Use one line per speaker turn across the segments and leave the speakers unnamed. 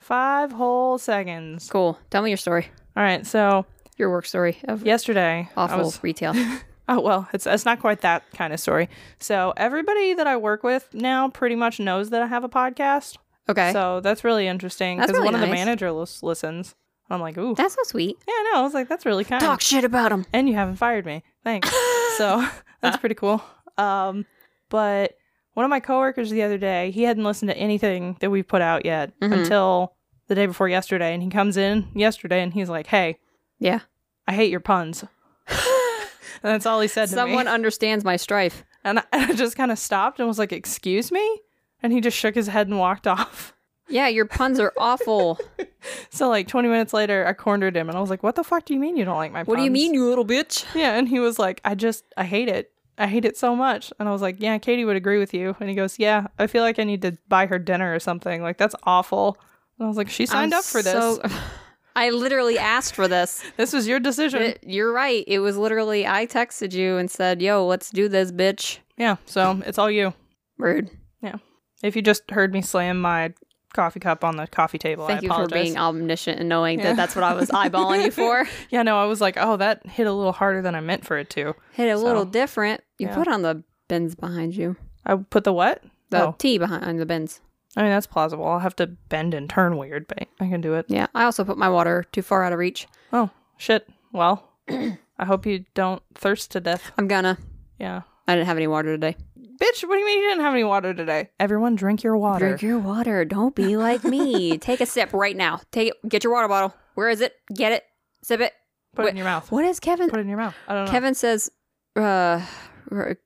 five whole seconds.
Cool. Tell me your story.
All right, so
Your work story of
yesterday, I
awful
was-
retail.
oh well, it's it's not quite that kind of story. So everybody that I work with now pretty much knows that I have a podcast.
Okay.
So that's really interesting
That's
because
really
one of the
nice.
manager lis- listens. I'm like, ooh,
That's so sweet.
yeah, no, I was like, that's really kind.
Talk shit about them.
and you haven't fired me. Thanks. so that's pretty cool. Um, but one of my coworkers the other day, he hadn't listened to anything that we've put out yet
Mhm.
until the day before yesterday, and he comes in yesterday and he's like, "Hey,
Yeah.
I hate your puns." and that's all he said to
Someone
me.
understands my strife.
and I, I just kind of stopped and was like, "Excuse me," and he just shook his head and walked off.
Yeah, your puns are awful.
So like 20 minutes later, I cornered him and I was like, "What the fuck do you mean you don't like my puns?"
what do you mean, you little bitch?
Yeah, and he was like, I just, I hate it. I hate it so much. And I was like, Yeah, Katie would agree with you. And he goes, Yeah, I feel like I need to buy her dinner or something. Like, that's awful. And I was like, She signed
I'm
up for this.
so- I literally asked for this.
This was your decision.
It- you're right. It was literally I texted you and said, "Yo, let's do this, bitch."
yeah, so it's all you.
Rude.
If you just heard me slam my coffee cup on the coffee table, Oh,
Thank
I
you
apologize.
for being omniscient and knowing
Yeah.
that that's what I was eyeballing you for.
yeah, no, I was like, Oh, that hit a little harder than I meant for it to.
Hit a
So,
little different. You
yeah.
put on the bins behind you.
I put the what?
The
Oh,
T behind the bins.
I mean, that's plausible. I'll have to bend and turn weird, but I can do it.
Yeah. I also put my water too far out of reach.
Oh, shit. Well, I hope you don't thirst to death.
I'm gonna.
Yeah.
I didn't have any water today.
Bitch, what do you mean you didn't have any water today? Everyone drink your water.
Drink your water. Don't be like me. Take a sip right now. Take it. Get your water bottle. Where is it? Get it. Sip it.
Put it in
Wait,
your mouth.
What is Kevin?
Put it in your mouth. I don't know.
Kevin says, uh, r-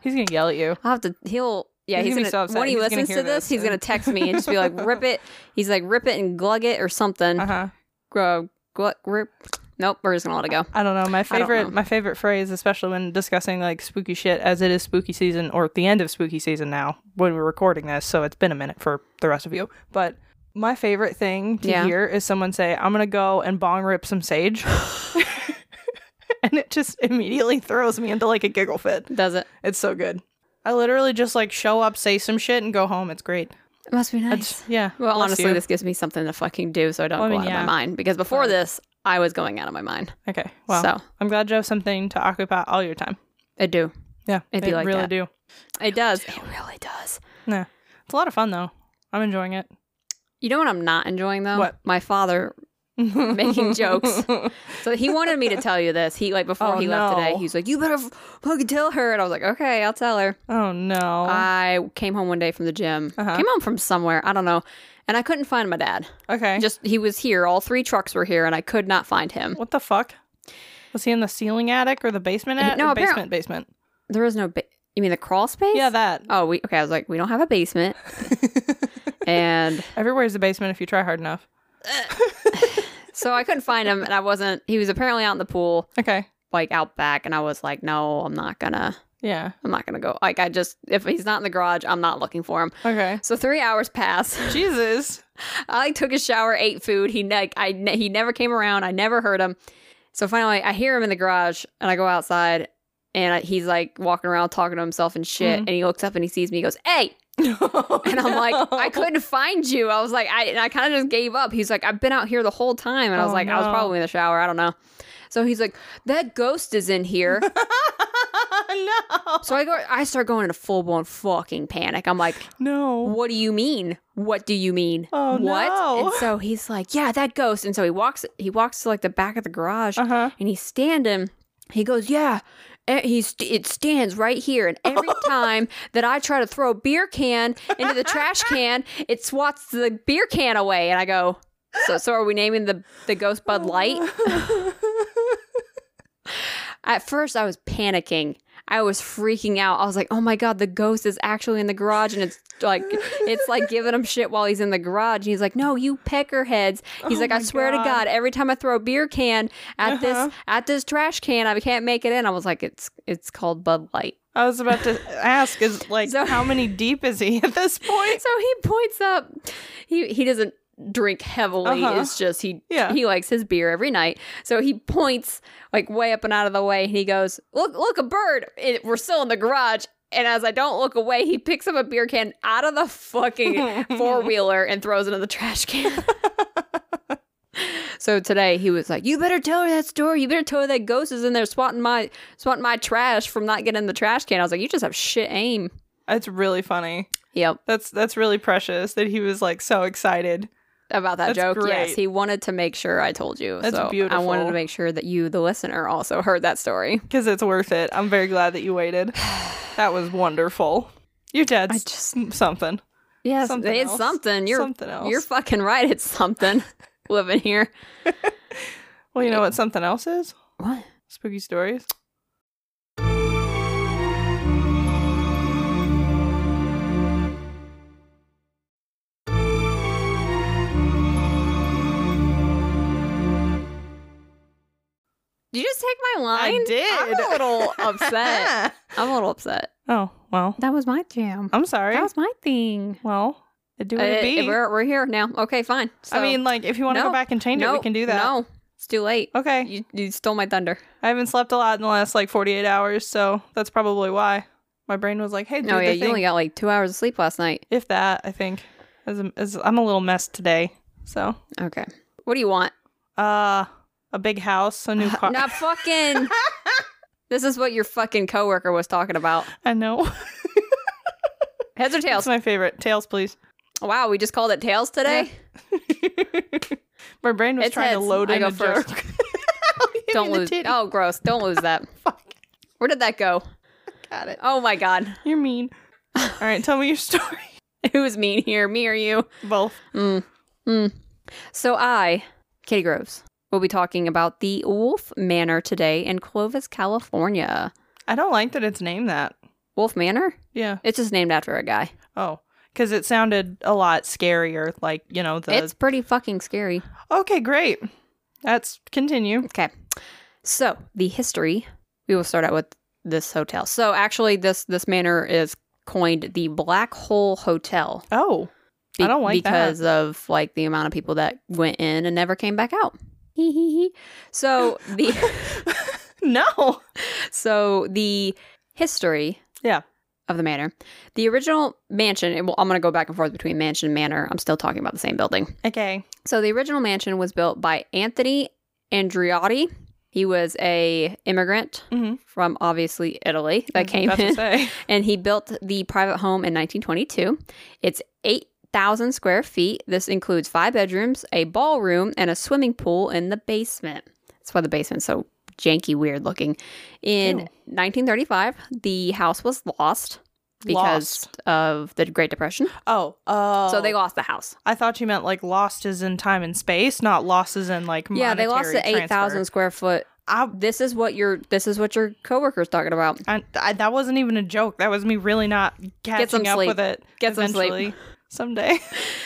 He's gonna yell at you.
I'll have to, he'll, yeah,
He's
he's,
gonna be
gonna,
so upset.
when he
He's gonna
listens
hear
to this,
this
he's gonna
and-
text me and just be like, rip it. He's like, rip it and glug it or something.
Uh huh.
Uh, glug, rip. Nope, we're just gonna let it go.
I don't know. My
don't
favorite,
know.
my favorite phrase, especially when discussing like spooky shit, as it is spooky season or at the end of spooky season now when we're recording this. So it's been a minute for the rest of you. But my favorite thing to
Yeah.
hear is someone say, "I'm gonna go and bong rip some sage," and it just immediately throws me into like a giggle fit.
Does it?
It's so good. I literally just like show up, say some shit, and go home. It's great.
It must be nice.
It's, yeah.
well,
bless
honestly,
you.
this gives me something to fucking do so I don't
Well, I
go
mean,
out
yeah.
of my mind because before this, I was going out of my mind.
Okay. Well,
So.
I'm glad you have something to occupy all your time.
I do.
Yeah,
It'd be
I
like
really
that.
do.
It does. It really does.
Yeah, it's a lot of fun though. I'm enjoying it.
You know what I'm not enjoying though?
What?
My father making jokes. So he wanted me to tell you this. He like before
Oh,
he left today,
no.
he was like, "You better f- fucking tell her." And I was like, "Okay, I'll tell her."
Oh no.
I came home one day from the gym.
Uh-huh.
Came home from somewhere, I don't know, and I couldn't find my dad.
okay.
Just he was here. All three trucks were here, and I could not find him.
what the fuck? Was he in the ceiling attic or the basement attic?
no,
Or
apparent-
basement basement.
There was no. Ba- you mean the crawl space?
Yeah, that.
Oh, we okay. I was like, we don't have a basement, and
Everywhere's a basement if you try hard enough.
so I couldn't find him, and I wasn't. He was apparently out in the pool,
Okay.
like out back, and I was like, no, I'm not gonna,
Yeah.
I'm not gonna go. Like I just, if he's not in the garage, I'm not looking for him.
Okay.
So three hours pass.
Jesus.
I took a shower, ate food. He ne- I ne- he never came around. I never heard him. So finally, I hear him in the garage, and I go outside, and I, he's like walking around talking to himself and shit.
Mhm.
And he looks up and he sees me. He goes, "Hey!" And I'm like, "I couldn't find you." I was like, "I," and I kind of just gave up. He's like, "I've been out here the whole time," and I was
Oh,
like, "I was
no.
probably in the shower. I don't know." So he's like, "That ghost is in here."
no.
so I go, I start going into full blown fucking panic. I'm like,
No.
what do you mean? What do you mean?
Oh,
what?
no.
And so he's like, yeah, that ghost. And so he walks, he walks to like the back of the garage,
Uh huh.
and he's standing. He goes, yeah, and he's it stands right here. And every time that I try to throw a beer can into the trash can, it swats the beer can away. And I go, so so are we naming the the ghost Bud Light? At first, I was panicking. I was freaking out. I was like, "Oh my god, the ghost is actually in the garage, and it's like, it's like giving him shit while he's in the garage." And he's like, "No, you peckerheads." He's
Oh
like, "I
my
swear to
God.
God, every time I throw a beer can at
Uh-huh.
this at this trash can, I can't make it in." I was like, "It's it's called Bud Light."
I was about to ask, is like,
So-
how many deep is he at this point?
So he points up. He he doesn't drink heavily.
Uh-huh.
It's just he
Yeah.
he likes his beer every night. So he points like way up and out of the way, and he goes, "Look, look, a bird!" It, we're still in the garage. And as I don't look away, he picks up a beer can out of the fucking four wheeler and throws it in the trash can. So today he was like, "You better tell her that story. You better tell her that ghost is in there swatting my swatting my trash from not getting in the trash can." I was like, "You just have shit aim."
It's really funny.
Yep,
That's that's really precious that he was like so excited.
about that
That's
joke.
great.
Yes, he wanted to make sure I told you.
That's
so I wanted
beautiful.
to make sure that you, the listener, also heard that story.
because it's worth it. I'm very glad that you waited. That was wonderful. Your dad's
I
s- something.
Yes,
Something
it's
else.
something. You're
Something else.
You're fucking right. It's something living here.
Well, you know what something else is?
What?
Spooky stories.
Did you just take my line?
did.
I'm a little upset. I'm a little upset.
oh well,
That was my jam.
I'm sorry.
That was my thing.
well, it do what
Uh,
it be.
we're, we're here now. Okay, fine. So,
I mean, like, if you want to
No.
go back and change it, we
no,
can do that.
No, it's too late.
Okay.
You, you stole my thunder.
I haven't slept a lot in the last like 48 hours, so that's probably why my brain was like, "Hey, do
No,
the
Oh, yeah,
thing."
you only got like two hours of sleep last night.
if that." I think as, as I'm a little messed today, so
Okay. What do you want?
uh, a big house, a new car.
Uh, Not fucking. this is what your fucking coworker was talking about.
I know.
Heads or
That's
tails?
my favorite. Tails, please.
Wow, we just called it tails today.
my brain was
It's
trying
heads.
to load
I
in
go
a
first.
joke.
Don't lose.
it.
Oh, gross! Don't lose that.
Fuck.
Where did that go?
Got it.
Oh my god.
You're mean. All right, tell me your story.
Who's mean here? Me or you?
Both.
Mm. Mm. So I, Katie Groves, will be talking about the Wolf Manor today in Clovis, California.
I don't like that it's named that.
Wolf Manor?
Yeah.
It's just named after a guy.
Oh, because it sounded a lot scarier. Like you know the.
It's pretty fucking scary.
Okay, great. That's continue.
Okay. So the history. We will start out with this hotel. So actually, this this manor is coined the Black Hole Hotel.
Oh, I don't like that.
because of like the amount of people that went in and never came back out. Hee hee hee. So the
no.
so the history
Yeah.
of the manor. The original mansion, and well, I'm going to go back and forth between mansion and manor. I'm still talking about the same building.
Okay.
So the original mansion was built by Anthony Andriotti. He was a immigrant
Mhm.
from obviously Italy that came
About to
in
say.
and he built the private home in 1922. It's 8,000 square feet. This includes five bedrooms, a ballroom, and a swimming pool in the basement. That's why the basement's so janky, weird looking. In
Ew.
1935, the house was lost because
Lost.
of the Great Depression.
Oh, oh.
So they lost the house.
I thought you meant like lost as in time and space, not losses in like monetary
yeah, they lost the 8,000
transfer.
square foot.
I,
This is what your this is what your coworker's talking about.
I, I- that wasn't even a joke. That was me really not
some
catching up
sleep.
with it.
Get some sleep.
eventually, someday.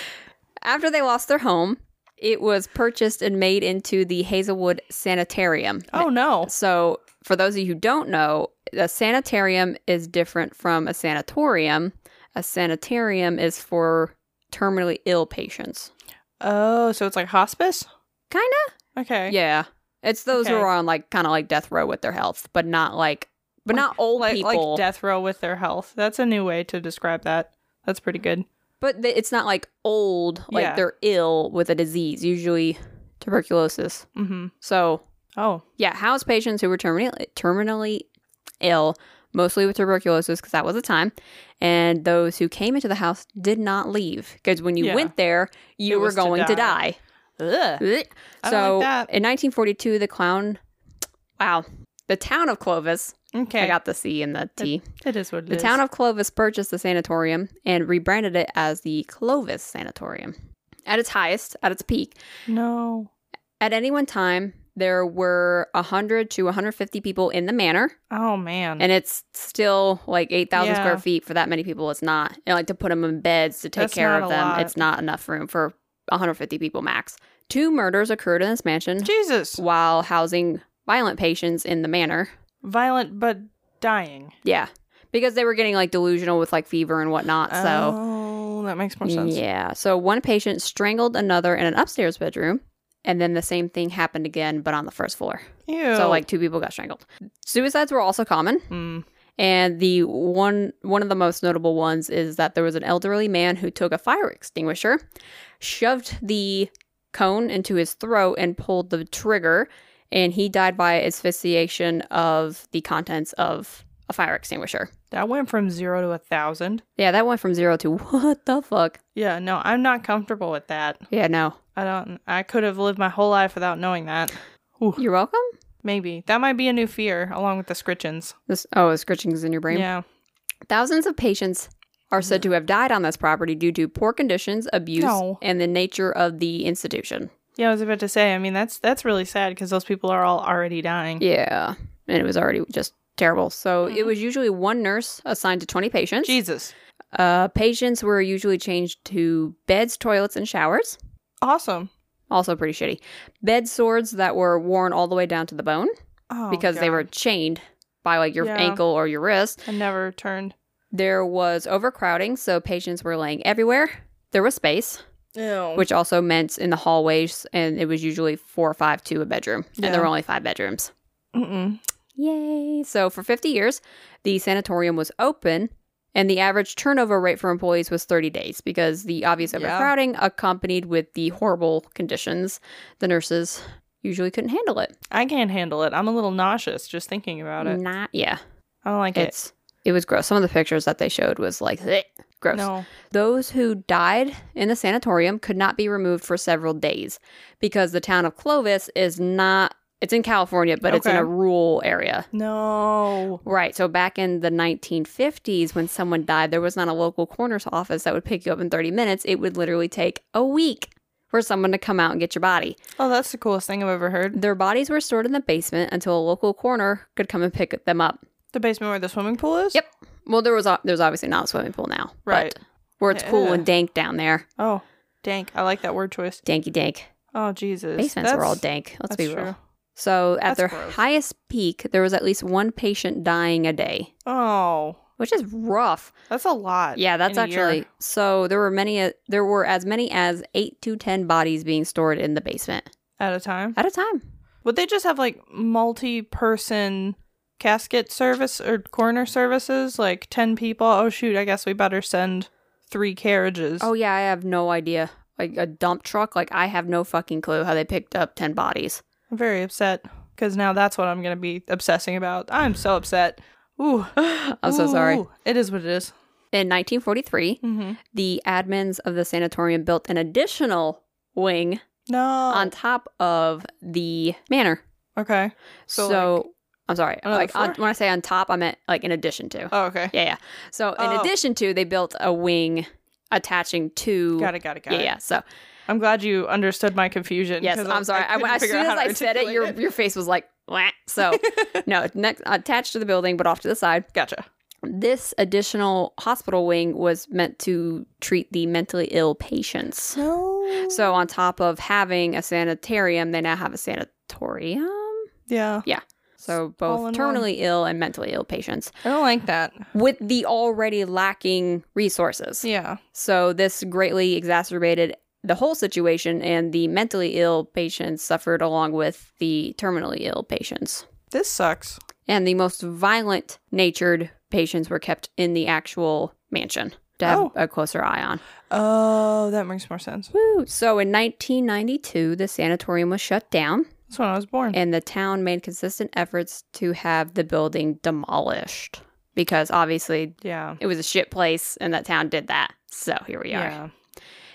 After they lost their home, it was purchased and made into the Hazelwood Sanitarium.
oh no!
So, for those of you who don't know, a sanitarium is different from a sanatorium. A sanitarium is for terminally ill patients.
Oh, so it's like hospice.
Kinda?
Okay.
Yeah. It's those who
Okay.
are on like kind of like death row with their health, but not like but not old
Like
people.
like death row with their health. That's a new way to describe that. That's pretty good.
but th- it's not like old, like
Yeah.
they're ill with a disease, usually tuberculosis.
Mm-hmm.
So,
Oh,
yeah, house patients who were terminally terminally ill, mostly with tuberculosis, because that was the time. And those who came into the house did not leave because when you
Yeah.
went there, you
It
were
was to
going to die.
die. Ugh.
Blech.
I don't
So
like that.
in 1942, the clown, wow, the town of Clovis.
Okay.
I got the C and the T.
it is what it is.
the town of Clovis purchased the sanatorium and rebranded it as the Clovis Sanatorium. At its highest, at its peak,
no.
at any one time, there were 100 to 150 people in the manor.
Oh man.
and it's still like 8000
Yeah.
square feet for that many people it's not and like to put them in beds to take
That's
care
not
of
a
them
lot.
it's not enough room for 150 people max two murders occurred in this mansion
Jesus.
while housing violent patients in the manor
Violent but dying.
yeah because they were getting like delusional with like fever and whatnot so
oh, that makes more sense.
yeah so one patient strangled another in an upstairs bedroom and then the same thing happened again but on the first floor
Ew.
so like two people got strangled suicides were also common
Mm.
And the one one of the most notable ones is that there was an elderly man who took a fire extinguisher, shoved the cone into his throat and pulled the trigger, and he died by asphyxiation of the contents of a fire extinguisher.
That went from zero to a thousand.
Yeah, that went from zero to what the fuck?
Yeah, no, I'm not comfortable with that.
Yeah, no.
I don't. I could have lived my whole life without knowing that. Ooh,
You're welcome?
maybe that might be a new fear, along with the scritchins.
This oh, the scritchings in your brain.
Yeah,
Thousands of patients are said to have died on this property due to poor conditions, abuse,
No.
and the nature of the institution.
yeah. I was about to say. I mean, that's that's really sad because those people are all already dying.
Yeah. And it was already just terrible. So
Mm-hmm.
it was usually one nurse assigned to 20 patients.
Jesus,
Uh, patients were usually changed to beds, toilets, and showers.
awesome.
Also pretty shitty. Bed swords that were worn all the way down to the bone
Oh,
because they
God.
were chained by like your
Yeah.
ankle or your wrist.
I never turned.
There was overcrowding, so patients were laying everywhere. There was space,
Ew.
which also meant in the hallways, and it was usually four or five to a bedroom, and
Yeah.
there were only five bedrooms.
Mm-mm.
Yay! So for 50 years, the sanatorium was open, and the average turnover rate for employees was 30 days because the obvious
Yeah.
overcrowding, accompanied with the horrible conditions, the nurses usually couldn't handle it.
I can't handle it. I'm a little nauseous just thinking about it.
Not yeah,
I don't like it.
Mm, it's it was gross. Some of the pictures that they showed was like "Bleh," gross.
No.
Those who died in the sanatorium could not be removed for several days because the town of Clovis is not. It's in California, but it's in
Okay.
a rural area.
No.
Right. So back in the 1950s, when someone died, there was not a local coroner's office that would pick you up in 30 minutes. It would literally take a week for someone to come out and get your body.
Oh, that's the coolest thing I've ever heard.
Their bodies were stored in the basement until a local coroner could come and pick them up.
The basement where the swimming pool is.
Yep. Well, there was o- there's obviously not a swimming pool now, but
Right.
where it's cool
Yeah.
and dank down there,
Oh, dank. I like that word choice.
danky dank.
Oh, Jesus.
Basements were all dank. Let's be
that's
real.
true.
So at
That's
their
gross.
highest peak, there was at least one patient dying a day,
Oh,
which is rough.
that's a lot.
Yeah, that's
Uh, in a year.
actually so. There were many. uh, There were as many as eight to ten bodies being stored in the basement
at a time.
at a time.
Would they just have like multi-person casket service or coroner services? Like ten people. Oh shoot! I guess we better send three carriages.
Oh yeah, I have no idea. Like a dump truck. Like I have no fucking clue how they picked up ten bodies.
I'm very upset because now that's what I'm gonna be obsessing about. I'm so upset. Ooh, I'm
so sorry.
It is what it is.
In 1943,
Mm-hmm.
the admins of the sanatorium built an additional wing
No.
on top of the manor.
okay. So,
So, I'm sorry.
another
Like on,
floor?
when I say on top, I meant like in addition to.
Oh, okay.
Yeah, yeah. So in
Oh.
addition to, they built a wing attaching to.
Got it. Got it. Got
yeah,
it.
yeah. So
I'm glad you understood my confusion.
yes,
'cause
I'm sorry. I,
couldn't
as
figure
soon
out how
as
to
I said it,
articulate
your your face was like, "Wah." so no, next attached to the building, but off to the side.
Gotcha.
This additional hospital wing was meant to treat the mentally ill patients.
No.
So on top of having a sanitarium, they now have a sanatorium.
Yeah.
So
All
both
in one.
terminally ill and mentally ill patients
I don't like that.
with the already lacking resources.
Yeah.
So this greatly exacerbated the whole situation, and the mentally ill patients suffered along with the terminally ill patients.
This sucks.
And the most violent natured patients were kept in the actual mansion to have
Oh.
a closer eye on.
Oh, that makes more sense.
Woo. So in 1992, the sanatorium was shut down,
That's when I was born.
and the town made consistent efforts to have the building demolished because obviously
yeah.
it was a shit place, and that town did that. So here we are.
Yeah.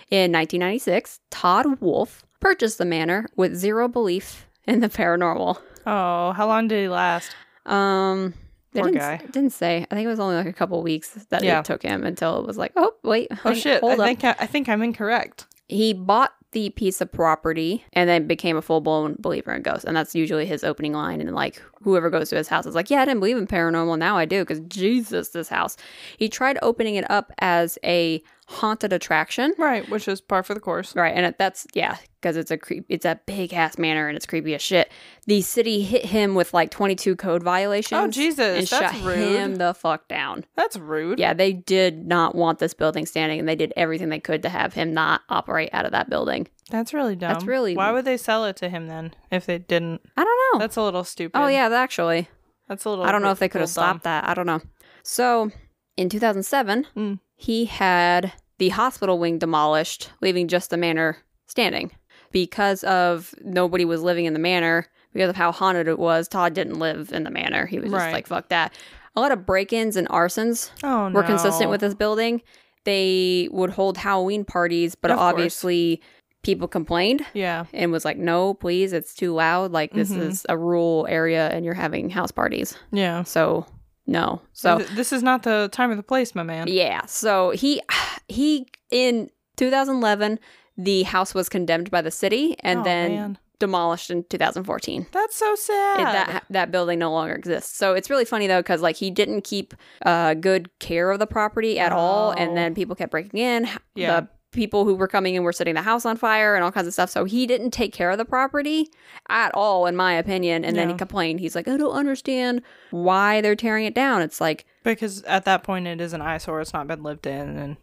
In 1996, Todd Wolf purchased the manor with zero belief in the paranormal.
Oh, how long did he last?
Um, they
Poor
didn't,
guy.
didn't say. I think it was only like a couple weeks that
Yeah.
it took him until it was like, oh wait,
Oh
hang-
shit! I
hold up.
think I, I think I'm incorrect.
He bought the piece of property and then became a full blown believer in ghosts, and that's usually his opening line. And like whoever goes to his house is like, yeah, I didn't believe in paranormal, now I do because Jesus, this house. He tried opening it up as a haunted attraction.
Right, which is par for the course.
Right, and it- that's yeah, because it's a creep. It's a big ass manor, and it's creepy as shit. The city hit him with like twenty two code violations.
Oh Jesus,
and
that's
shut
rude.
him the fuck down.
That's rude.
Yeah, they did not want this building standing, and they did everything they could to have him not operate out of that building.
That's really dumb.
That's really-
Why would they sell it to him then if they didn't?
I don't know.
That's a little stupid.
oh yeah, that actually,
that's a little.
I don't know if they could have
little dumb.
stopped that. I don't know. So in two thousand seven,
Mm.
he had the hospital wing demolished, leaving just the manor standing. because of nobody was living in the manor because of how haunted it was. Todd didn't live in the manor. He was just
Right.
like, fuck that. A lot of break ins and arsons
Oh no.
were consistent with this building. They would hold Halloween parties, but
Of course.
obviously people complained
Yeah.
and was like, no, please, it's too loud. Like, this
Mhm.
is a rural area and you're having house parties.
Yeah.
So, no. So,
Th- this is not the time or the place, my man.
yeah. So he he in 2011 the house was condemned by the city and
Oh,
then
man.
demolished in 2014. It-
that's so sad.
that that building no longer exists. So it's really funny though cuz like he didn't keep uh good care of the property at
Oh.
all and then people kept breaking in. H-
Yeah.
The people who were coming in were setting the house on fire and all kinds of stuff. So he didn't take care of the property at all in my opinion and then he
Yeah.
complained. He's like, "I don't understand why they're tearing it down." It's like,
because at that point it is an eyesore. It's not been lived in, and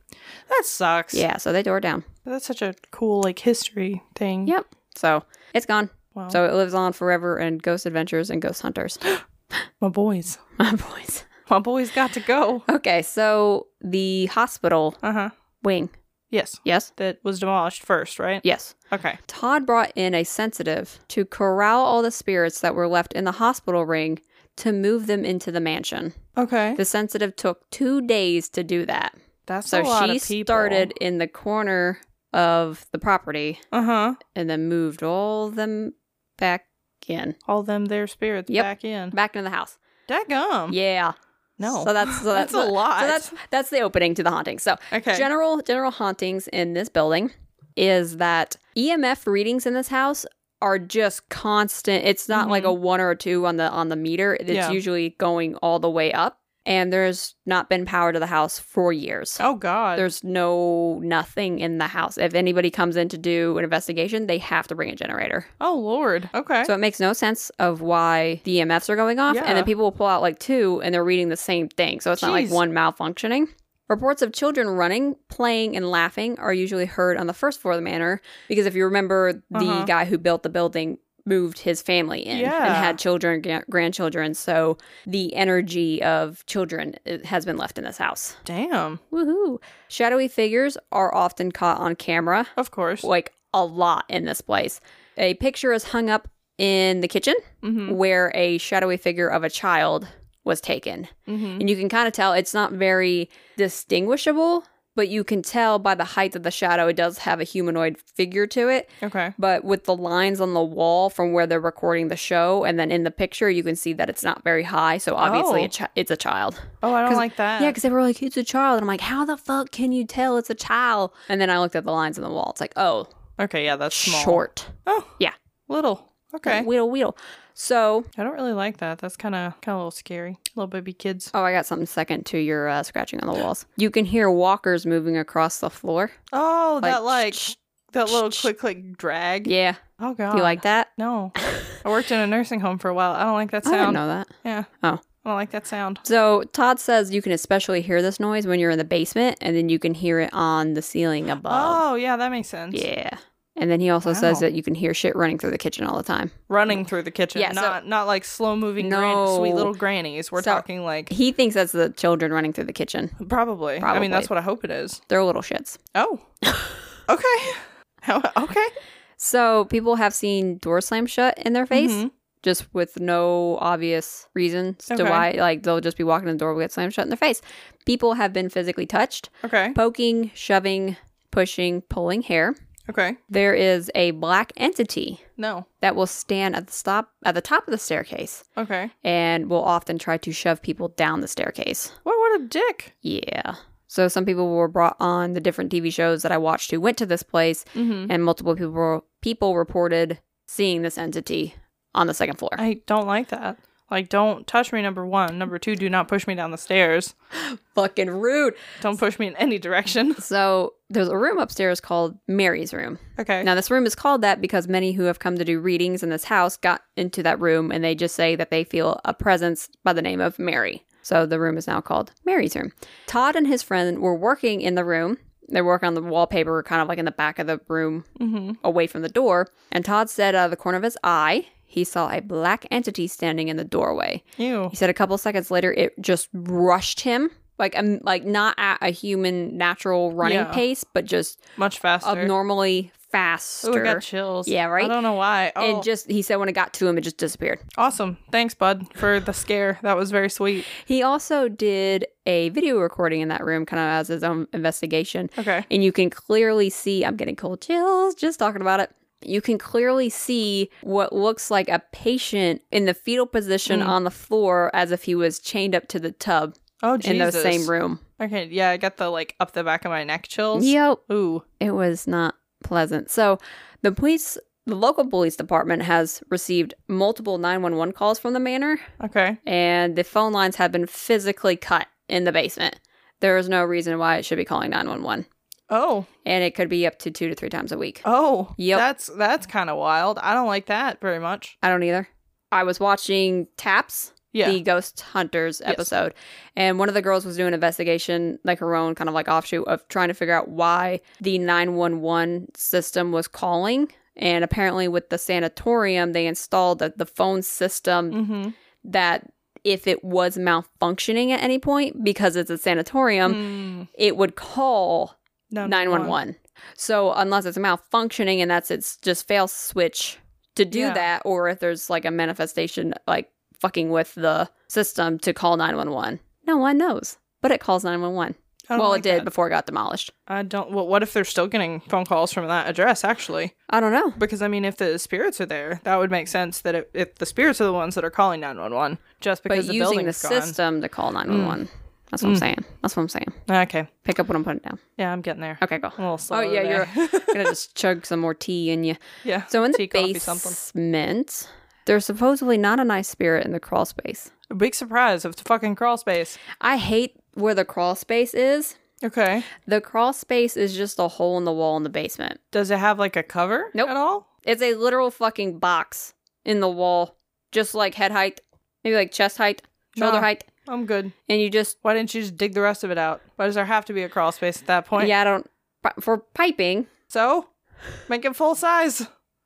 that sucks.
yeah, so they tore it down.
That's such a cool like history thing.
Yep. So, it's gone.
Wow.
So it lives on forever in Ghost Adventures and Ghost Hunters.
my boys,
My boys.
my boys got to go.
Okay, so the hospital
Uh huh.
wing.
Yes.
Yes?
That was demolished first, right?
Yes.
Okay.
Todd brought in a sensitive to corral all the spirits that were left in the hospital ring to move them into the mansion.
Okay.
The sensitive took two days to do that.
That's a
So
lot
she
of people.
started in the corner of the property
Uh huh.
and then moved all of them back in.
All them their spirits
Yep.
back in.
Back into the house.
Dadgum.
Yeah.
No.
So that's so that's,
a lot.
So that's that's the opening to the haunting. So
okay.
general general hauntings in this building is that EMF readings in this house are just constant. It's not like
Mhm.
a one or a two on the on the meter. It's
Yeah.
usually going all the way up, and there's not been power to the house for years.
oh God.
There's no nothing in the house. If anybody comes in to do an investigation, they have to bring a generator.
oh Lord. Okay.
So it makes no sense of why the EMFs are going off. And
Yeah.
then people will pull out like two and they're reading the same thing. So it's not like
Jeez.
one malfunctioning. Reports of children running, playing, and laughing are usually heard on the first floor of the manor because if you remember, the
Uh-huh.
guy who built the building moved his family in and
Yeah.
had children, gra- grandchildren. So the energy of children uh, has been left in this house.
Damn.
Woohoo. Shadowy figures are often caught on camera,
Of course.
like a lot in this place. A picture is hung up in the kitchen
Mm-hmm.
where a shadowy figure of a child was taken.
Mm-hmm.
And you can kind of tell it's not very distinguishable, but you can tell by the height of the shadow, it does have a humanoid figure to it.
Okay.
But with the lines on the wall from where they're recording the show, and then in the picture, you can see that it's not very high. So obviously,
Oh.
a chi- it's a child.
Oh, I don't
'Cause-
like that.
Yeah, because they were like, it's a child. And I'm like, how the fuck can you tell it's a child? And then I looked at the lines on the wall. It's like, oh,
Okay. Yeah, that's small.
short.
Oh.
Yeah.
Little. Okay.
Wheedle, wheedle. So,
I don't really like that. That's kind of kind of a little scary. Little baby kids.
Oh, I got something second to your uh, scratching on the walls. You can hear walkers moving across the floor.
Oh, that like
sh-
that little click click drag.
yeah.
Oh God.
Do you like that?
No. I worked in a nursing home for a while. I don't like that
I didn't
sound.
know that.
Yeah.
Oh.
I don't like that sound.
So Todd says you can especially hear this noise when you're in the basement, and then you can hear it on the ceiling above.
Oh, yeah, that makes sense.
yeah. And then he also
Wow.
says that you can hear shit running through the kitchen all the time.
Running through the kitchen.
Yeah, so-
not not like slow moving
No.
sweet little grannies. We're
So-
talking like
He thinks that's the children running through the kitchen.
probably. I
Probably.
mean, that's what I hope it is.
They're little shits.
Oh. okay. How, okay.
So people have seen doors slam shut in their face.
Mhm.
just with no obvious reasons to
Okay.
why. Like they'll just be walking in the door, will get slammed shut in their face. People have been physically touched,
Okay.
poking, shoving, pushing, pulling hair.
Okay.
There is a black entity
No.
that will stand at the stop at the top of the staircase
Okay.
and will often try to shove people down the staircase.
What what a dick.
Yeah. So some people were brought on the different TV shows that I watched who went to this place
Mm-hmm.
and multiple people people reported seeing this entity on the second floor.
I don't like that. Like don't touch me number 1. Number 2, do not push me down the stairs.
Fucking rude.
Don't push me in any direction.
So there's a room upstairs called Mary's room.
Okay.
Now this room is called that because many who have come to do readings in this house got into that room and they just say that they feel a presence by the name of Mary. So the room is now called Mary's room. Todd and his friend were working in the room. They're working on the wallpaper kind of like in the back of the room
Mhm.
away from the door, and Todd said out of the corner of his eye, he saw a black entity standing in the doorway.
Ew.
He said a couple seconds later, it just rushed him, like um, like not at a human natural running
Yeah.
pace, but just
Much faster. Ooh,
abnormally
I
faster.
got chills.
Yeah, right?
I don't know why. Oh,
And just he said when it got to him, it just disappeared.
awesome. Thanks, bud, for the scare. That was very sweet.
He also did a video recording in that room, kind of as his own investigation.
Okay.
And you can clearly see, I'm getting cold chills just talking about it. You can clearly see what looks like a patient in the fetal position
Mm.
on the floor as if he was chained up to the tub
Oh, Jesus.
in the same room.
Okay, yeah, I got the like up the back of my neck chills.
Yep.
Ooh.
It was not pleasant. So the police, the local police department has received multiple 911 calls from the manor,
Okay.
and the phone lines have been physically cut in the basement. There is no reason why it should be calling 911,
Oh.
and it could be up to two to three times a week.
Oh.
Yep.
That's that's kind of wild. I don't like that very much.
I don't either. I was watching Taps,
Yeah.
the Ghost Hunters episode, and one of the girls was doing an investigation, like her own kind of like offshoot of trying to figure out why the 911 system was calling. And apparently, with the sanatorium, they installed the, the phone system
mm-hmm.
that if it was malfunctioning at any point, because it's a sanatorium,
Mm.
it would call 911. So unless it's malfunctioning and that's it's just fail switch to do
Yeah.
that or if there's like a manifestation like fucking with the system to call 911. No one knows, but it calls 911.
I don't
well,
like
it did
that.
before it got demolished.
I don't. Well, what if they're still getting phone calls from that address? Actually,
I don't know.
because I mean, if the spirits are there, that would make sense. That if, if the spirits are the ones that are calling nine one one, just
But
because the
using the
building's gone. Mm.
system to call 911. That's what I'm saying. That's what I'm saying.
Okay.
Pick up what I'm putting down.
Yeah, I'm getting there.
Okay, go.
I'm a little slow
oh yeah,
today.
you're I'm gonna just chug some more tea in you.
yeah.
So in the
Tea, coffee, something.
basement, there's supposedly not a nice spirit in the crawl space.
A big surprise of the fucking crawl space.
I hate where the crawl space is.
Okay.
The crawl space is just a hole in the wall in the basement.
Does it have like a cover
Nope.
at all?
It's a literal fucking box in the wall, just like head height, maybe like chest height, shoulder
No.
height,
I'm good.
and you just
Why didn't you just dig the rest of it out? Why does there have to be a crawl space at that point?
yeah, I don't for piping.
So, make it full size,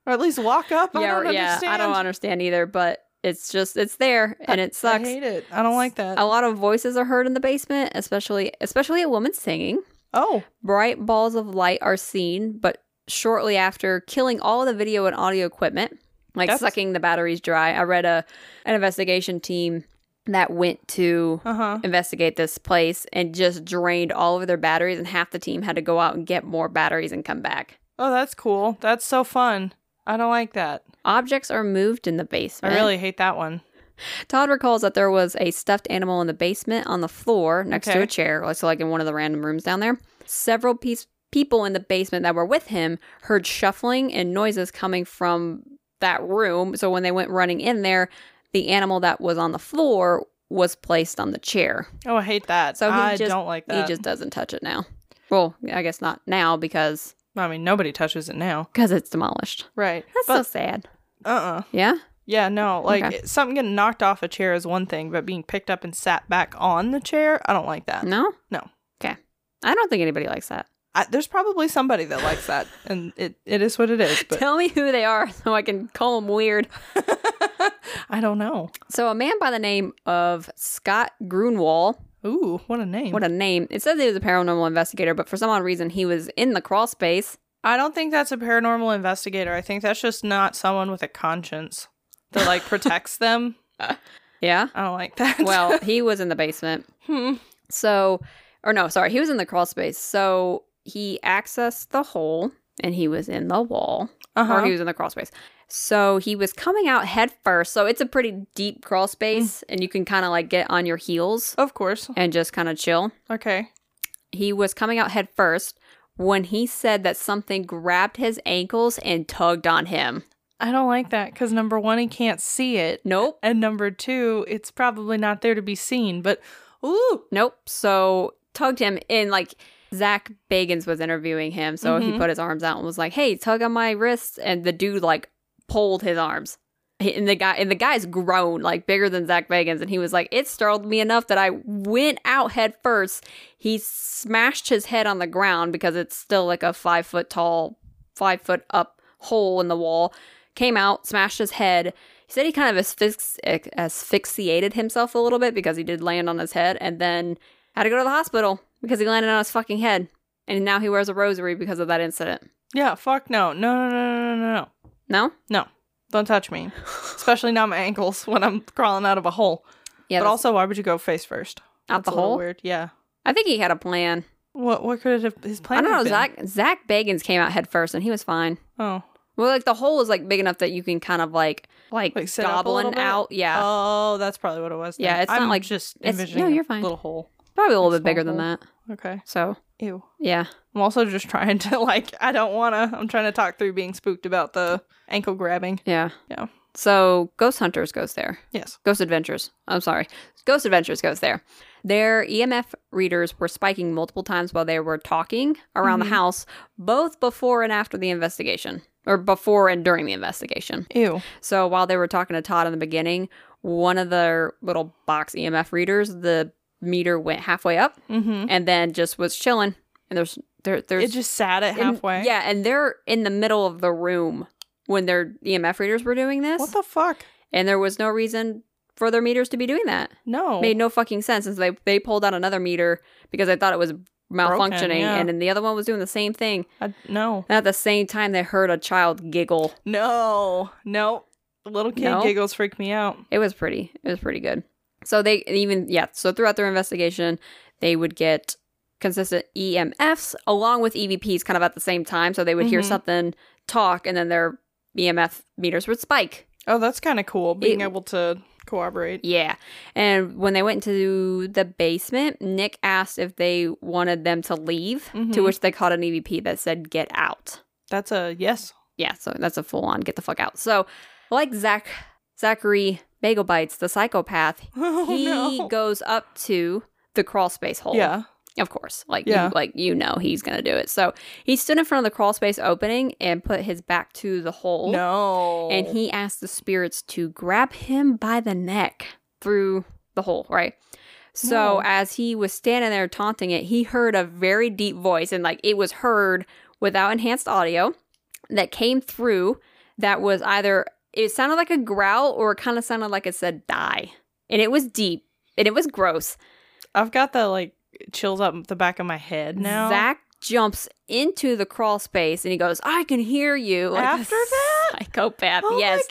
or at least walk up. I
yeah,
don't
yeah,
understand.
I don't understand either, but it's just it's there and it
I
sucks.
hate it. I don't like that.
A lot of voices are heard in the basement, especially especially a woman singing.
oh,
Bright balls of light are seen, but shortly after killing all the video and audio equipment, like
That's-
sucking the batteries dry. I read a an investigation team that went to
uh huh.
investigate this place and just drained all of their batteries and half the team had to go out and get more batteries and come back.
Oh, that's cool. That's so fun. I don't like that.
Objects are moved in the
I
basement.
really hate that one.
Todd recalls that there was a stuffed animal in the basement on the floor next to
Okay.
a chair, like- so like in one of the random rooms down there. Several piece people in the basement that were with him heard shuffling and noises coming from that room. So when they went running in there, the animal that was on the floor was placed on the chair.
Oh, I hate that.
So he
I
just-
don't like that.
He just doesn't touch it now. Well, I guess not now because
I mean, nobody touches it now,
because it's demolished.
right?
That's
but
so sad.
uh uh
Yeah.
Yeah, no. Like
Okay.
it- something getting knocked off a chair is one thing, but being picked up and sat back on the chair, I don't like that.
No.
No.
Okay. I don't think anybody likes that.
I, there's probably somebody that likes that, and it, it is what it is. But
Tell me who they are so I can call them weird.
I don't know.
So a man by the name of Scott Grunwall,
Ooh, what a name!
what a name. It says he was a paranormal investigator, but for some odd reason he was in the crawl space.
I don't think that's a paranormal investigator. I think that's just not someone with a conscience that like protects them.
Yeah.
I don't like that.
Well, he was in the basement.
Hmm.
So or no, sorry, he was in the crawl space. So he accessed the hole and he was in the wall.
uh-huh.
Or he was in the crawl space. So he was coming out head first. So it's a pretty deep crawl space
Mm.
and you can kinda like get on your heels
of course.
and just kinda chill.
Okay.
he was coming out head first when he said that something grabbed his ankles and tugged on him.
I don't like that because number one, he can't see it,
Nope.
and number two, it's probably not there to be seen. But ooh,
Nope. So tugged him in like Zach Bagans was interviewing him. So he
Mhm.
put his arms out and was like, Hey, tug on my wrists and the dude like pulled his arms. He- And the guy and the guy's grown, like bigger than Zach Bagans, and he was like, It startled me enough that I went out head first. He smashed his head on the ground because it's still like a five foot tall, five foot up hole in the wall. Came out, smashed his head, he said he kind of asphyx- asphyxiated himself a little bit because he did land on his head and then had to go to the hospital because he landed on his fucking head. And now he wears a rosary because of that incident.
Yeah, fuck no. No, no, no, no, no, no.
No?
No. Don't touch me. Especially not my ankles when I'm crawling out of a hole.
Yeah.
but
that's-
also, why would you go face first?
Out the
That's a little
hole?
Weird. Yeah.
I think he had a plan.
What what could it have his plan?
I don't
have
know.
been?
Zach Zach Bagans came out head first and he was fine.
Oh.
Well, like the hole is like big enough that you can kind of like like,
Like, sit up a little
goblin
bit?
out. Yeah,
Oh, that's probably what it was. then.
Yeah, it's not
I'm
like-
just
it's-
envisioning
no,
a
you're fine.
little hole.
probably a little
a
bit bigger
small
than that.
Okay.
So
Ew.
yeah,
I'm also just trying to like I don't wanna I'm trying to talk through being spooked about the ankle grabbing.
yeah,
Yeah.
So Ghost Hunters goes there.
Yes.
Ghost Adventures. I'm sorry. Ghost Adventures goes there. Their EMF readers were spiking multiple times while they were talking around
Mhm.
the house, both before and after the investigation, or before and during the investigation.
Ew.
So while they were talking to Todd in the beginning, one of their little box EMF readers, the meter went halfway up
Mm-hmm.
and then just was chilling. And there's there there's
It just sat at
and-
halfway.
yeah, and they're in the middle of the room when their EMF readers were doing this,
What the fuck?
and there was no reason for their meters to be doing that.
No.
Made no fucking sense. And so they they pulled out another meter because they thought it was malfunctioning,
yeah.
and then the other one was doing the same thing.
I- no.
And at the same time, they heard a child giggle.
No. No. The little kid
No?
giggles freak me out.
It was pretty. It was pretty good. So they even yeah. So throughout their investigation, they would get consistent EMFs along with EVPs kind of at the same time. So they would hear
Mhm.
something talk, and then their EMF meters would spike.
Oh, that's kind of cool. Being
It-
able to corroborate.
Yeah. And when they went into the basement, Nick asked if they wanted them to leave, to
Mhm.
which they caught an EVP that said "Get out."
That's a yes.
yeah, so that's a full on get the fuck out. So, like Zach Zachary Bagel Bites, the psychopath,
Oh,
he
no.
goes up to the crawl space hole.
Yeah.
of course. Like,
Yeah.
you, like you know, he's gonna do it. So he stood in front of the crawl space opening and put his back to the hole.
No.
and he asked the spirits to grab him by the neck through the hole. Right. So
No.
as he was standing there taunting it, he heard a very deep voice, and like it was heard without enhanced audio that came through that was either it sounded like a growl or it kind of sounded like it said die. And it was deep and it was gross.
I've got the like chills up the back of my head now.
Zach jumps into the crawl space and he goes, I can hear you. Like a
After that?
Psychopath,
oh
yes.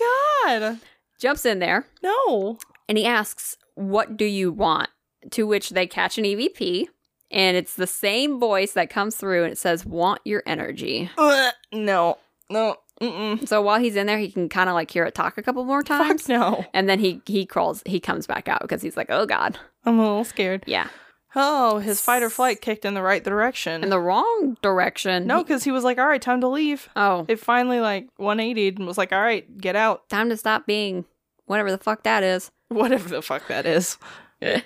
my god.
Jumps in there
No.
and he asks, What do you want? To which they catch an EVP and it's the same voice that comes through and it says, Want your energy.
Ugh. No. No. Mm-mm.
So while he's in there, he can kind of like hear it talk a couple more times.
Fuck no.
And then he he crawls, he comes back out because he's like, Oh God.
I'm a little scared.
Yeah.
Oh, his fight or flight kicked in the right direction.
In the wrong direction.
no,
he-
because he was like, all right, time to leave.
oh,
It finally like 180 and was like, all right, get out.
time to stop being whatever the fuck that is.
Whatever the fuck that is.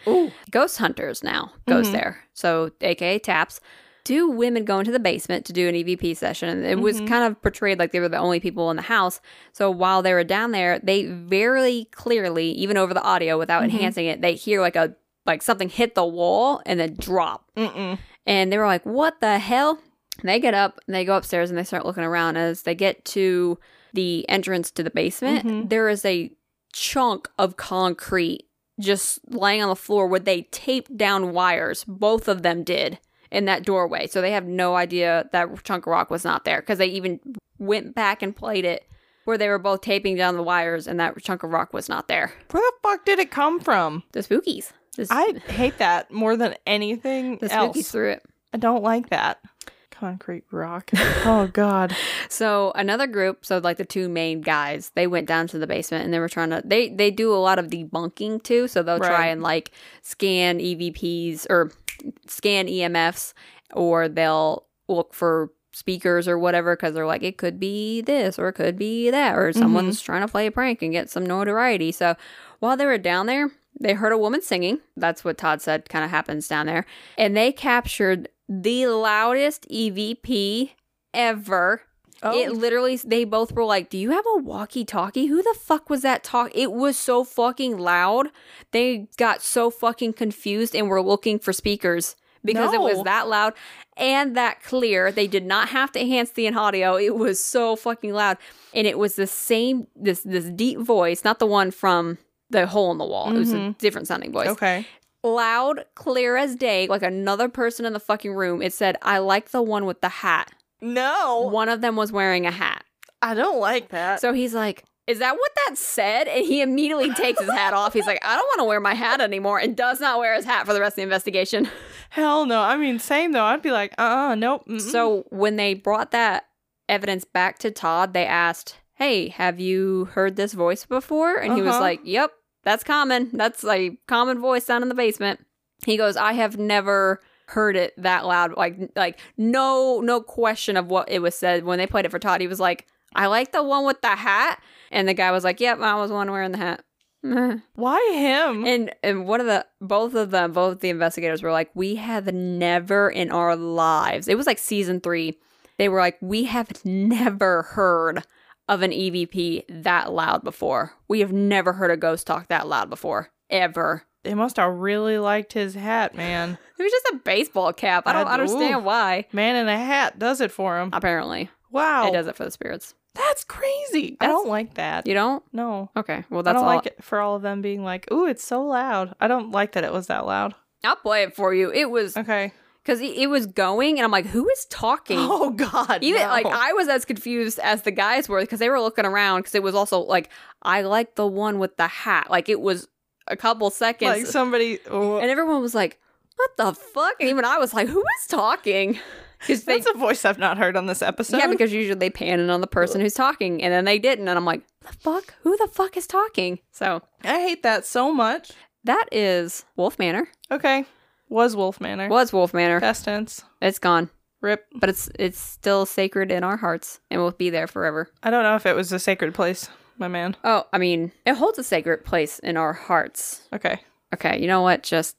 Ooh.
ghost hunters now goes
Mhm.
there. So, aka taps. Do women go into the basement to do an EVP session? And it was
Mhm.
kind of portrayed like they were the only people in the house. So while they were down there, they very clearly, even over the audio without
Mhm.
enhancing it, they hear like a like something hit the wall and then drop.
Mm-mm.
And they were like, "What the hell?" And they get up and they go upstairs and they start looking around. As they get to the entrance to the basement,
Mhm.
there is a chunk of concrete just laying on the floor where they taped down wires. Both of them did in that doorway. So they have no idea that chunk of rock was not there because they even went back and played it where they were both taping down the wires and that chunk of rock was not there.
Where the fuck did it come from?
The spookies. The, s-
I hate that more than anything
the spookies
else.
threw it.
I don't like that. Concrete rock. oh god.
So another group, so like the two main guys, they went down to the basement and they were trying to they they do a lot of debunking too, so they'll try
Right.
and like scan EVPs or scan EMFs or they'll look for speakers or whatever cuz they're like it could be this or it could be that or someone's trying to play a prank and get some notoriety. So while they were down there, they heard a woman singing. That's what Todd said kind of happens down there. And they captured the loudest EVP ever
Oh,
it literally, they both were like, Do you have a walkie talkie? Who the fuck was that talk? It was so fucking loud. They got so fucking confused and were looking for speakers because it was
No.
that loud and that clear. They did not have to enhance the audio. It was so fucking loud. And it was the same, this, this deep voice, not the one from the hole in the wall. It was a
Mhm.
different sounding voice
okay.
loud, clear as day, like another person in the fucking room. It said, I like the one with the hat.
No,
One of them was wearing a hat.
I don't like that.
So he's like, Is that what that said? And he immediately takes his hat off. He's like, I don't want to wear my hat anymore and does not wear his hat for the rest of the investigation.
Hell no. I mean, same though. I'd be like, uh, uh nope. mm-mm.
So when they brought that evidence back to Todd, they asked, Hey, have you heard this voice before? And he was
Uh-huh.
like, Yep, that's common. That's a common voice down in the basement. He goes, I have never heard it that loud. Like like no no question of what it was said. When they played it for Todd, he was like, I like the one with the hat. And the guy was like, Yep, I was the one wearing the hat. Meh.
why him?
And and one of the both of them, both the investigators were like, we have never in our lives. It was like season three. They were like, we have never heard of an EVP that loud before. We have never heard a ghost talk that loud before, ever.
they must have really liked his hat, man.
It was just a baseball cap. I don't
I'd-
understand
ooh.
why.
Man in a hat does it for him.
Apparently,
Wow,
it does it for the spirits.
that's crazy. I
That's-
don't like that.
You don't?
No,
Okay. Well,
I
that's
don't
all.
like it for all of them being like, "Ooh, it's so loud." I don't like that it was that loud.
I'll play it for you. It was
Okay.
because it, it was going, and I'm like, who is talking?
Oh God.
Even
no.
like I was as confused as the guys were because they were looking around because it was also like I like the one with the hat. Like it was a couple
like
seconds,
somebody. oh,
and everyone was like, "What the fuck?" And even I was like, "Who is talking?" Because they
that's a voice I've not heard on this episode.
yeah, because usually they pan in on the person who's talking, and then they didn't, and I'm like, "The fuck? Who the fuck is talking?" So
I hate that so much.
that is Wolf Manor.
Okay, was Wolf Manor
Was Wolf Manor?
past tense?
It's gone,
Rip.
but it's it's still sacred in our hearts, and will be there forever.
I don't know if it was a sacred place, my man.
Oh, I mean, it holds a sacred place in our hearts.
Okay.
Okay, you know what? Just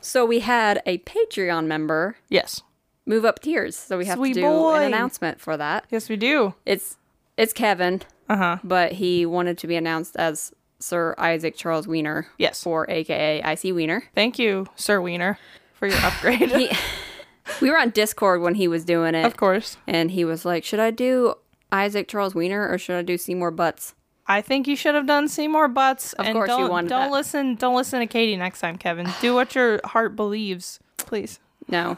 so we had a Patreon member
Yes.
move up tiers, so we have
Sweet
to do an
boy.
announcement for that.
Yes, we do.
It's it's Kevin,
Uh huh.
but he wanted to be announced as Sir Isaac Charles Wiener,
Yes.
or AKA IC Wiener.
Thank you, Sir Wiener, for your upgrade.
He, we were on Discord when he was doing it,
of course.
and he was like, "Should I do Isaac Charles Wiener or should I do Seymour Butts?"
I think you should have done Seymour Butts. Of and
course you
don't,
wanted
Don't
that.
listen. Don't listen to Katie next time, Kevin. Do what your heart believes, please.
No,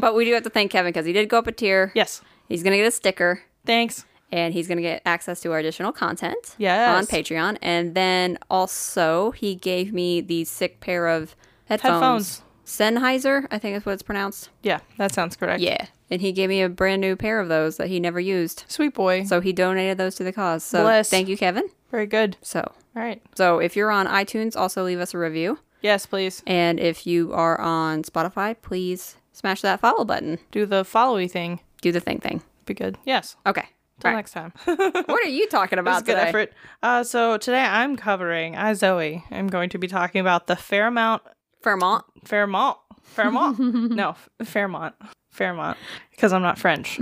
but we do have to thank Kevin because he did go up a tier.
Yes.
He's gonna get a sticker.
Thanks.
and he's going to get access to our additional content
Yes.
on Patreon. And then also, he gave me the sick pair of headphones.
Headphones.
Sennheiser, I think is what it's pronounced.
Yeah, that sounds correct.
Yeah. And he gave me a brand new pair of those that he never used.
Sweet boy.
So he donated those to the cause. So
Bless.
thank you, Kevin.
Very good.
So.
All right.
So if you're on iTunes, also leave us a review.
Yes, please.
And if you are on Spotify, please smash that follow button.
Do the followy thing.
Do the thing thing.
Be good. Yes.
Okay.
Till
All right.
next time. that
What are you talking
was
about
good
today?
effort. Uh, so today I'm covering. I Zoe. I'm going to be talking about the Fairmount
Vermont.
Fairmont. Fairmont. no, F- Fairmont. Fairmont. Because I'm not French.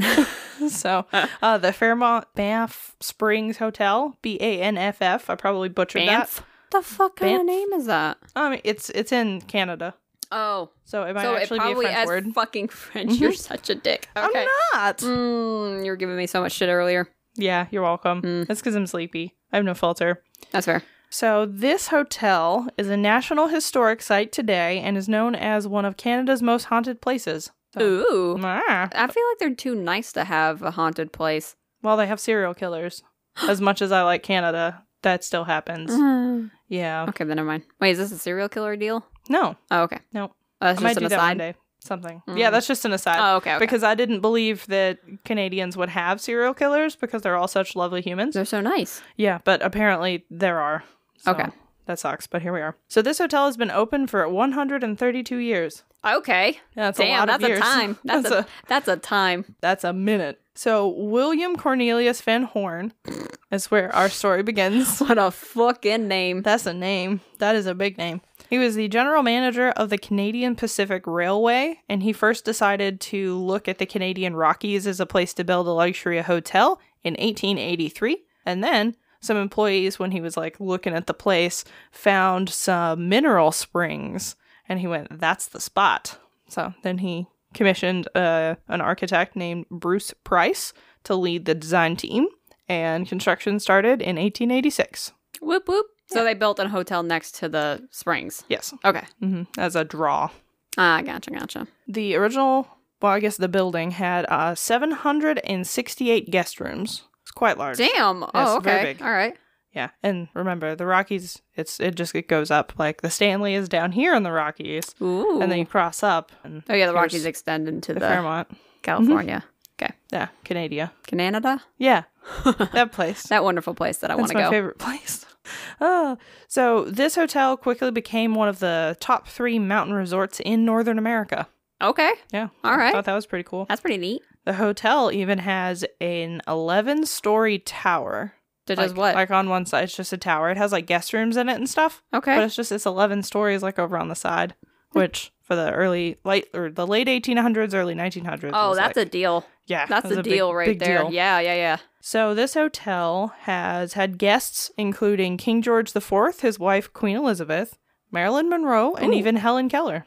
so, uh, the Fairmont Banff Springs Hotel, B A N F F. I probably butchered
Banff. The fuck kind
Banff.
of name is that?
that. Um, it's it's in Canada,
Oh,
so it might
so it
actually be a
probably
French
as
word. Mm-hmm.
fucking French. You're such a dick. Okay.
I'm not.
Mm, you were giving me so much shit earlier.
Yeah, you're welcome.
Mm.
That's because I'm sleepy. I have no filter.
That's fair.
So, this hotel is a National Historic Site today and is known as one of Canada's most haunted places. So,
Ooh.
ah.
I feel like they're too nice to have a haunted place.
Well, they have serial killers. As much as I like Canada, that still happens.
Mm-hmm. okay,
Yeah.
then never mind. Wait, is this a serial killer deal?
No,
Oh, okay.
no.
Oh, that's
I might
just
do
an
that one
aside. Mm.
day. Something. Yeah, that's just an aside.
Oh, okay. okay.
Because I didn't believe that Canadians would have serial killers because they're all such lovely humans.
They're so nice.
Yeah, but apparently there are. So
Okay.
That sucks, but here we are. So this hotel has been open for 132 years.
Okay.
Yeah, That's a
Damn,
lot
that's
of
a
years.
time. That's, a, that's a time.
that's a minute. So William Cornelius Van Horn is where our story begins.
What a fucking name.
That's a name. That is a big name. He was the general manager of the Canadian Pacific Railway, and he first decided to look at the Canadian Rockies as a place to build a luxury hotel in 1883. And then some employees, when he was like looking at the place, found some mineral springs, and he went, "That's the spot." So then he commissioned uh, an architect named Bruce Price to lead the design team, and construction started in 1886.
Whoop whoop. So they built a hotel next to the springs.
Yes
Okay.
hmm Mm-hmm. as a draw.
Ah, gotcha, gotcha.
The original well, I guess the building had uh, 768 guest rooms. It's quite large.
Damn. oh,
very
okay.
big.
All right.
Yeah, and remember the Rockies. It's it just it goes up like the Stanley is down here in the Rockies,
Ooh.
and then you cross up. And
oh yeah, the
here's
Rockies extend into
the
the
Fairmont. Mm-hmm.
California,
Yeah, Canada.
Canada.
Yeah, that place.
That wonderful place that I want
That's
to
my
go.
favorite place. Uh, so this hotel quickly became one of the top three mountain resorts in Northern America.
Okay,
Yeah,
All right.
I thought that was pretty cool.
that's pretty neat.
The hotel even has an 11 story tower.
That
like,
does what?
Like on one side, it's just a tower. It has like guest rooms in it and stuff,
okay.
but it's just it's 11 stories like over on the side, which for the early late or the late 1800s, early 1900s.
oh,
was,
that's
like-
a deal.
yeah,
That's
it was
a
big-
deal right
big
there.
deal.
Yeah, yeah, yeah.
So this hotel has had guests including King George IV, his wife Queen Elizabeth, Marilyn Monroe, and
Ooh.
even Helen Keller.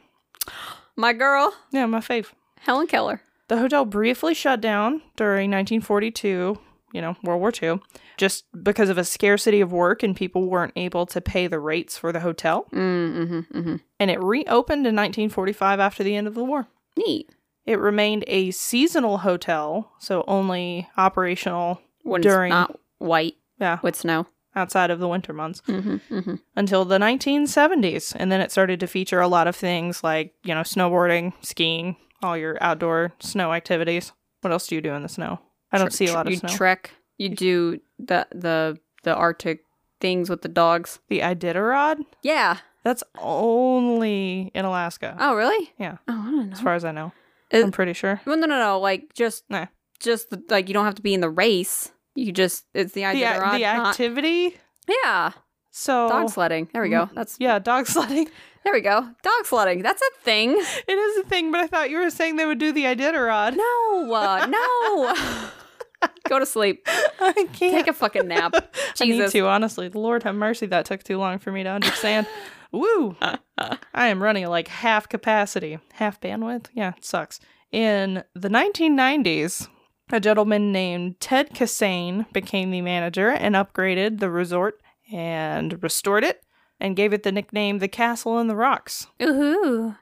My girl,
Yeah, my fave.
Helen Keller.
The hotel briefly shut down during 1942, you know, World War II, just because of a scarcity of work and people weren't able to pay the rates for the hotel.
Mm, hmm hmm
And it reopened in 1945 after the end of the war.
Neat.
It remained a seasonal hotel, so only operational
When
During-
it's not white
yeah,
with snow.
outside of the winter months
Mm-hmm, mm-hmm.
until the 1970s. And then it started to feature a lot of things like, you know, snowboarding, skiing, all your outdoor snow activities. What else do you do in the snow? I don't see a lot of
you
snow.
trek. You do the the the Arctic things with the dogs.
the Iditarod?
Yeah.
That's only in Alaska,
Oh, really?
Yeah.
Oh, I don't know.
as far as I know.
It-
I'm pretty sure.
Well, no, no, no. Like just,
Nah.
just the, like you don't have to be in the race. You just it's the
The,
idea.
a-
that
the
we're not-
activity.
yeah,
So
dog sledding. There we go. That's
Mm-hmm. yeah, dog sledding.
there we go. Dog sledding. That's a thing.
It is a thing, but I thought you were saying they would do the Iditarod.
No, uh, no. go to sleep.
I can't.
Take a fucking nap.
I need
Jesus.
to honestly. Lord have mercy, that took too long for me to understand. Woo! I am running like half capacity, half bandwidth. Yeah, it sucks. In the 1990s, a gentleman named Ted Cassane became the manager and upgraded the resort and restored it and gave it the nickname the Castle in the Rocks.
Ooh.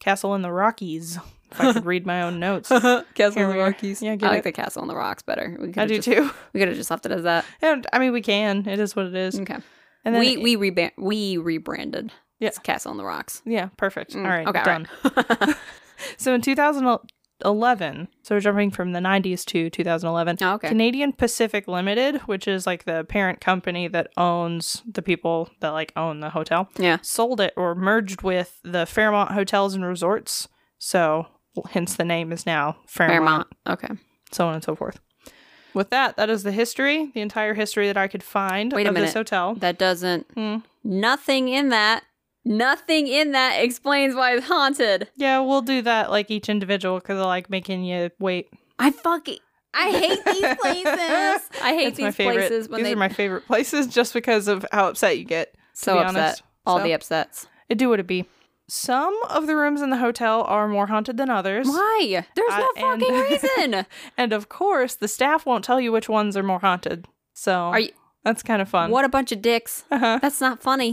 Castle in the Rockies. If I could read my own notes.
castle
Here we are. Yeah,
Yeah,
get
I
it.
like the castle on the rocks better. We
I
coulda
do
just,
too.
We could have just left it as that.
And I mean, we can. It is what it is.
Okay.
And then
Mm. we we reban- we rebranded.
Yeah.
It's castle on the rocks.
Yeah, perfect.
Mm,
all right,
okay, all
done. so in 2011, so we're jumping from the 90s to 2011.
Oh, okay.
Canadian Pacific Limited, which is like the parent company that owns the people that like own the hotel,
yeah.
sold it or merged with the Fairmont Hotels and Resorts. So hence the name is now Fairmont.
Fairmont. Okay.
so on and so forth. With that, that is the history, the entire history that I could find
Wait a
of this
minute.
hotel.
That doesn't
Hmm.
nothing in that nothing in that explains why it's haunted
Yeah, we'll do that like each individual because I like making you wait
i
e-,
fucking i hate these places i hate
It's
these
my favorite.
places when
These
they
are my favorite places just because of how upset you get.
so
be
upset
honest.
all
So-
the upsets
It do what it be. Some of the rooms in the hotel are more haunted than others.
why there's
Uh,
no
and-
fucking reason
And of course, the staff won't tell you which ones are more haunted. So
are you
that's kind of fun.
what a bunch of dicks
Uh-huh.
that's not funny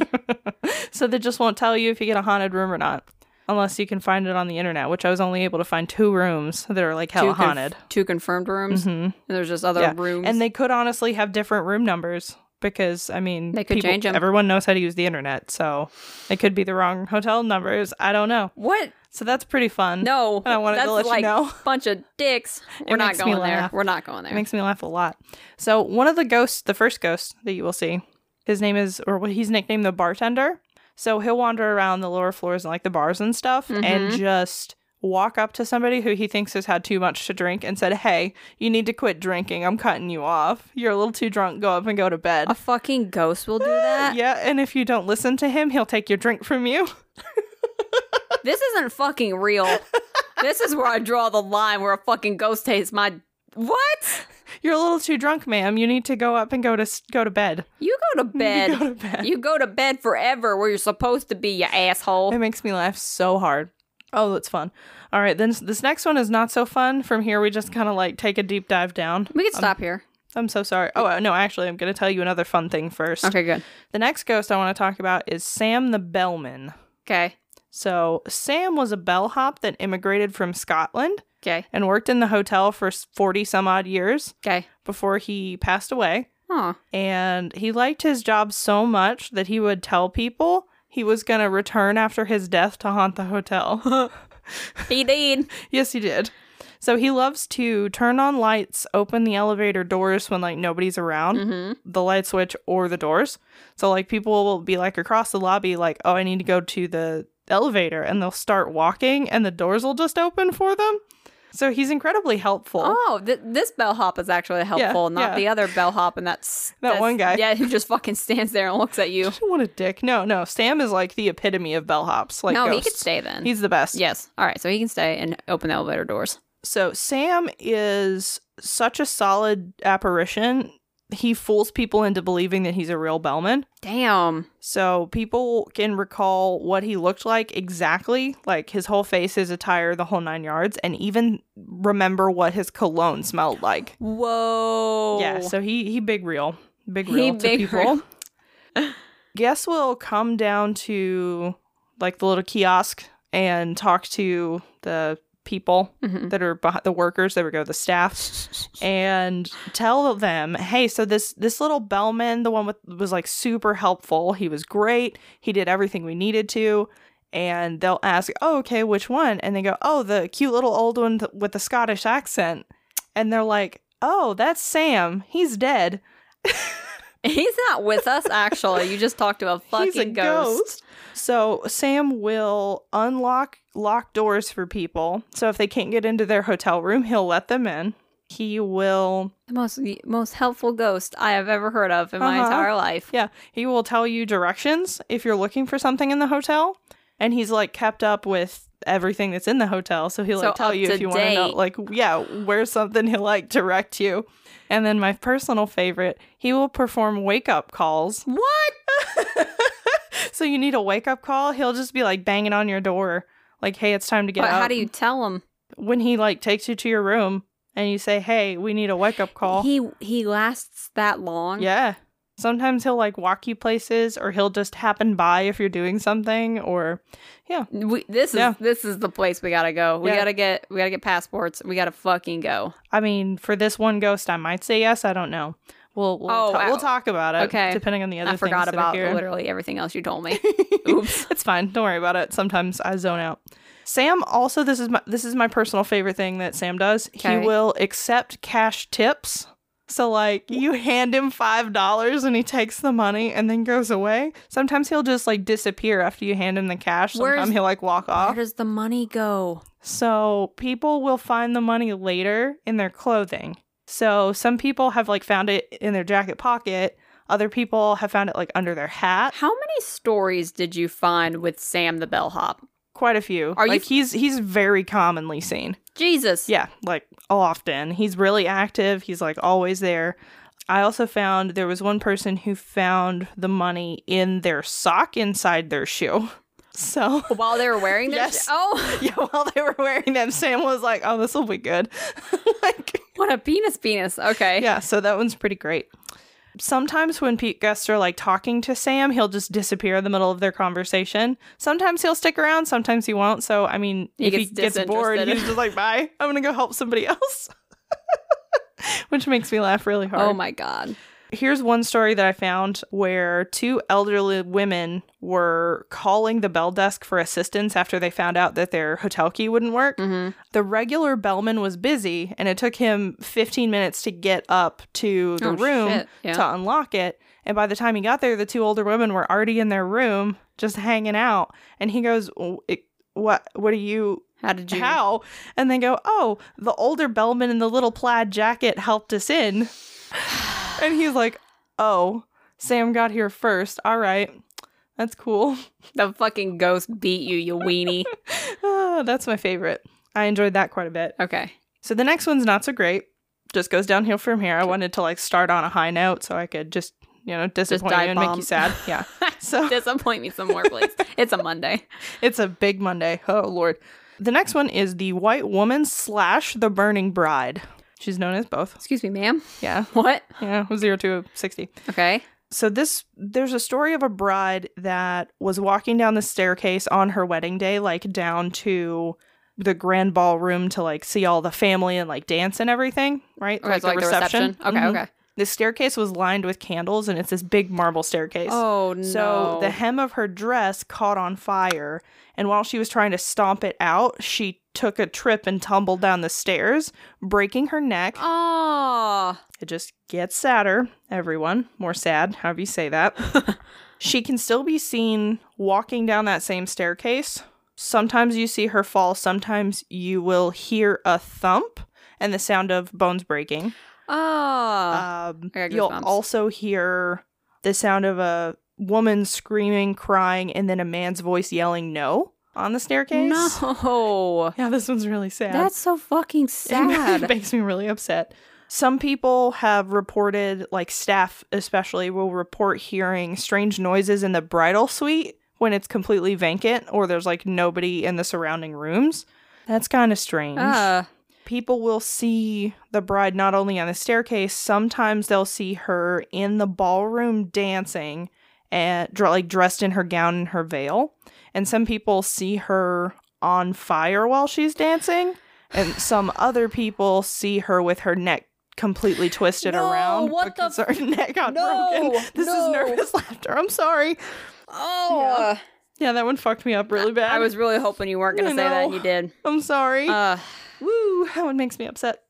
so they just won't tell you if you get a haunted room or not. Unless you can find it on the internet, which I was only able to find two rooms that are like hella
two, conf-
haunted.
two confirmed rooms
Mhm.
and there's just other
Yeah.
rooms
And they could honestly have different room numbers because I mean,
They could
people-
change 'em.
Everyone knows how to use the internet, so it could be the wrong hotel numbers. I don't know.
what
So that's pretty fun.
no
And I wanted to
that's
let you
like
know.
bunch of dicks we're not
makes me
going there
laugh.
we're not going
it
there
makes me laugh a lot. So one of the ghosts, the first ghost that you will see, his name is or what he's nicknamed the bartender. So he'll wander around the lower floors and like the bars and stuff, and
Mhm.
just walk up to somebody who he thinks has had too much to drink and said, "Hey, you need to quit drinking. I'm cutting you off. You're a little too drunk. Go up and go to bed."
a fucking ghost will do that
Yeah, and if you don't listen to him, he'll take your drink from you.
This isn't fucking real. this is where I draw the line where a fucking ghost tastes my what?
You're a little too drunk, ma'am. You need to go up and go to s- go to bed.
You go to bed.
You go to bed.
You go to bed forever where you're supposed to be, you
It
asshole.
makes me laugh so hard. Oh, that's fun. All right, then s- this next one is not so fun. From here, we just kind of like take a deep dive down.
We can stop here.
I'm so sorry. Oh uh, no, actually, I'm going to tell you another fun thing first.
Okay, good.
The next ghost I want to talk about is Sam the Bellman.
Okay.
So Sam was a bellhop that immigrated from Scotland
Okay.
and worked in the hotel for 40 some odd years
Okay.
before he passed away.
Huh.
And he liked his job so much that he would tell people he was going to return after his death to haunt the hotel.
He did.
yes, he did. So he loves to turn on lights, open the elevator doors when like nobody's around,
Mm-hmm.
the light switch or the doors. So like people will be like across the lobby like, "Oh, I need to go to the elevator." And they'll start walking and the doors will just open for them. So he's incredibly helpful.
Oh, th- this bellhop is actually helpful, not
yeah.
the other bellhop, and that's
That
that's-
one guy.
Yeah, who just fucking stands there and looks at you.
What a dick. No, no. Sam is like the epitome of bellhops. Like
no, he
ghosts.
could stay then.
He's the best.
yes. All right, so he can stay and open the elevator doors.
So Sam is such a solid apparition. He fools people into believing that he's a real bellman.
Damn.
So people can recall what he looked like exactly, like his whole face, his attire, the whole nine yards, and even remember what his cologne smelled like.
Whoa.
Yeah, so he he big real, big
Oh. He
real to
big
people.
real.
Guess we'll come down to like the little kiosk and talk to the people
Mhm.
that are behind the workers. There we go, the staff, and tell them, hey, so this this little bellman, the one with was like super helpful. He was great. He did everything we needed to. And they'll ask, oh, okay, which one? And they go, oh, the cute little old one th- with the Scottish accent. And they're like, oh, that's Sam. He's dead.
He's not with us, actually. You just talked to a fucking
He's a ghost. So Sam will unlock lock doors for people. So if they can't get into their hotel room, he'll let them in. He will
The most most helpful ghost I have ever heard of in my
Uh-huh.
entire life.
yeah, he will tell you directions if you're looking for something in the hotel. And he's like kept up with everything that's in the hotel. So he'll
So
like tell
up
you
to
if you want to know
date.
like yeah, where's something he'll like direct you. And then my personal favorite, he will perform wake up calls.
What?
so you need a wake up call. He'll just be like banging on your door, like, "Hey, it's time to get
But
up."
how do you tell him?
When he like takes you to your room and you say, "Hey, we need a wake up call."
He he lasts that long.
yeah. Sometimes he'll like walk you places, or he'll just happen by if you're doing something, or
We, this is
Yeah.
this is the place we gotta go. We
Yeah.
gotta get we gotta get passports. We gotta fucking go.
I mean, for this one ghost, I might say yes. I don't know. We'll we'll,
Oh,
ta-
wow.
we'll talk about it.
Okay.
depending on the other.
I
things
forgot
that
about
are here.
literally everything else you told me.
Oops. it's fine. Don't worry about it. Sometimes I zone out. Sam also this is my this is my personal favorite thing that Sam does.
Okay.
He will accept cash tips. So like you hand him five dollars and he takes the money and then goes away. Sometimes he'll just like disappear after you hand him the cash.
Where's-
Sometimes he'll like walk
Where
off.
does the money go?
So people will find the money later in their clothing. So some people have like found it in their jacket pocket. Other people have found it like under their hat.
How many stories did you find with Sam the bellhop?
Quite a few.
Are you-
like he's he's very commonly seen.
Jesus.
Yeah, like often. He's really active. He's like always there. I also found there was one person who found the money in their sock inside their shoe. So
While they were wearing this.
Yes.
Oh,
yeah, while they were wearing them, Sam was like, "Oh, this will be good." like,
what a penis penis. Okay.
yeah. So that one's pretty great. Sometimes when Pete Guests are like talking to Sam, he'll just disappear in the middle of their conversation. Sometimes he'll stick around, sometimes he won't. So I mean,
He
if he
gets
gets bored,
disinterested.
he's just like, "Bye, I'm gonna go help somebody else," which makes me laugh really hard.
Oh my god.
Here's one story that I found where two elderly women were calling the bell desk for assistance after they found out that their hotel key wouldn't work. The regular bellman was busy and it took him 15 minutes to get up to the
Oh,
room
shit. Yeah.
to unlock it. And by the time he got there, the two older women were already in their room just hanging out. And he goes, "Oh, it, what what are you
How did you?
how? And they go, Oh, the older bellman in the little plaid jacket helped us in. and he's like, Oh, Sam got here first. All right. That's cool.
The fucking ghost beat you, you weenie.
Ah, that's my favorite. I enjoyed that quite a bit.
okay.
So the next one's not so great. Just goes downhill from here. I wanted to like start on a high note so I could just, you know, disappoint you
dive
and make
bomb.
you sad. Yeah. So
Disappoint me some more, please. it's a Monday.
it's a big Monday. Oh Lord. The next one is the white woman slash the burning bride. She's known as both.
Excuse me, ma'am.
Yeah.
What?
Yeah, zero to sixty.
Okay.
so this there's a story of a bride that was walking down the staircase on her wedding day like down to the grand ballroom to like see all the family and like dance and everything right
Okay, so, like the reception. Okay,
Mhm.
okay.
the staircase was lined with candles and it's this big marble staircase
Oh no.
so the hem of her dress caught on fire, and while she was trying to stomp it out, she took a trip and tumbled down the stairs, breaking her neck.
Oh.
It just gets sadder, everyone. More sad, however you say that. she can still be seen walking down that same staircase. Sometimes you see her fall, sometimes you will hear a thump and the sound of bones breaking.
Oh.
Um,
I got
you'll
goosebumps.
also hear the sound of a woman screaming, crying, and then a man's voice yelling "no" on the staircase.
no.
Yeah, this one's really sad.
That's so fucking
it
sad.
makes me really upset. Some people have reported, like staff especially, will report hearing strange noises in the bridal suite when it's completely vacant or there's like nobody in the surrounding rooms. That's kind of strange
Uh,
people will see the bride not only on the staircase sometimes they'll see her in the ballroom dancing and dr- like dressed in her gown and her veil and some people see her on fire while she's dancing and some other people see her with her neck completely twisted
No,
around
what the
because her neck got
No,
broken this
no.
is nervous laughter i'm sorry
oh.
yeah that one fucked me up really bad
I was really hoping you weren't going to
You
say that.
know.
and You did.
i'm sorry
Uh,
Woo, that one makes me upset.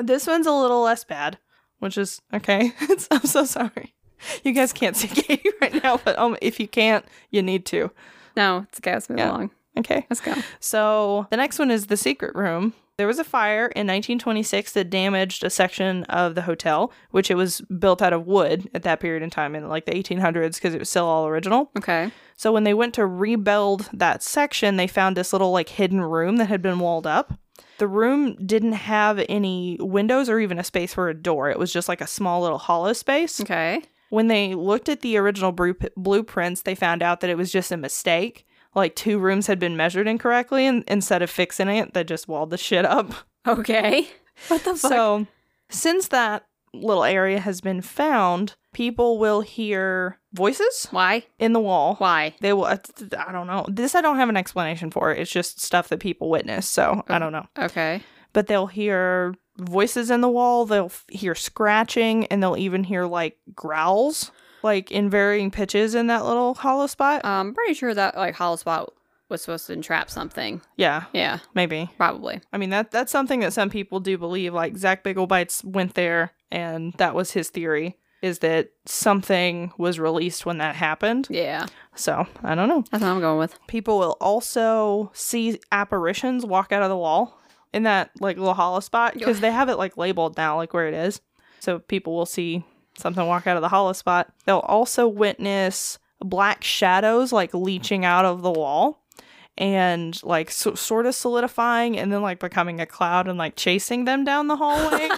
This one's a little less bad, which is okay. It's, I'm so sorry. You guys can't see Katie right now, but um, if you can't, you need to.
no, it's okay. Let's move
Yeah.
along.
Okay.
Let's go.
So the next one is the secret room. There was a fire in 1926 that damaged a section of the hotel, which it was built out of wood at that period in time in like the 1800s because it was still all original.
Okay.
So when they went to rebuild that section, they found this little like hidden room that had been walled up. The room didn't have any windows or even a space for a door. It was just like a small little hollow space.
Okay.
When they looked at the original bru- blueprints, they found out that it was just a mistake. Like two rooms had been measured incorrectly, and instead of fixing it, they just walled the shit up.
Okay. What the fuck?
So, since that little area has been found, people will hear voices
Why?
in the wall.
Why?
They will. I I don't know. This I don't have an explanation for. It's just stuff that people witness. So I don't know.
Okay.
But they'll hear voices in the wall. They'll f- hear scratching, and they'll even hear like growls, like in varying pitches in that little hollow spot.
I'm Um, pretty sure that like hollow spot was supposed to entrap something.
yeah,
Yeah,
maybe.
probably.
I mean that that's something that some people do believe. Like Zach Bigglebites went there, and that was his theory. Is that something was released when that happened?
Yeah,
So I don't know.
that's what I'm going with.
People will also see apparitions walk out of the wall in that like little hollow spot because they have it like labeled now, like where it is. So people will see something walk out of the hollow spot. They'll also witness black shadows like leaching out of the wall and like so- sort of solidifying and then like becoming a cloud and like chasing them down the hallway.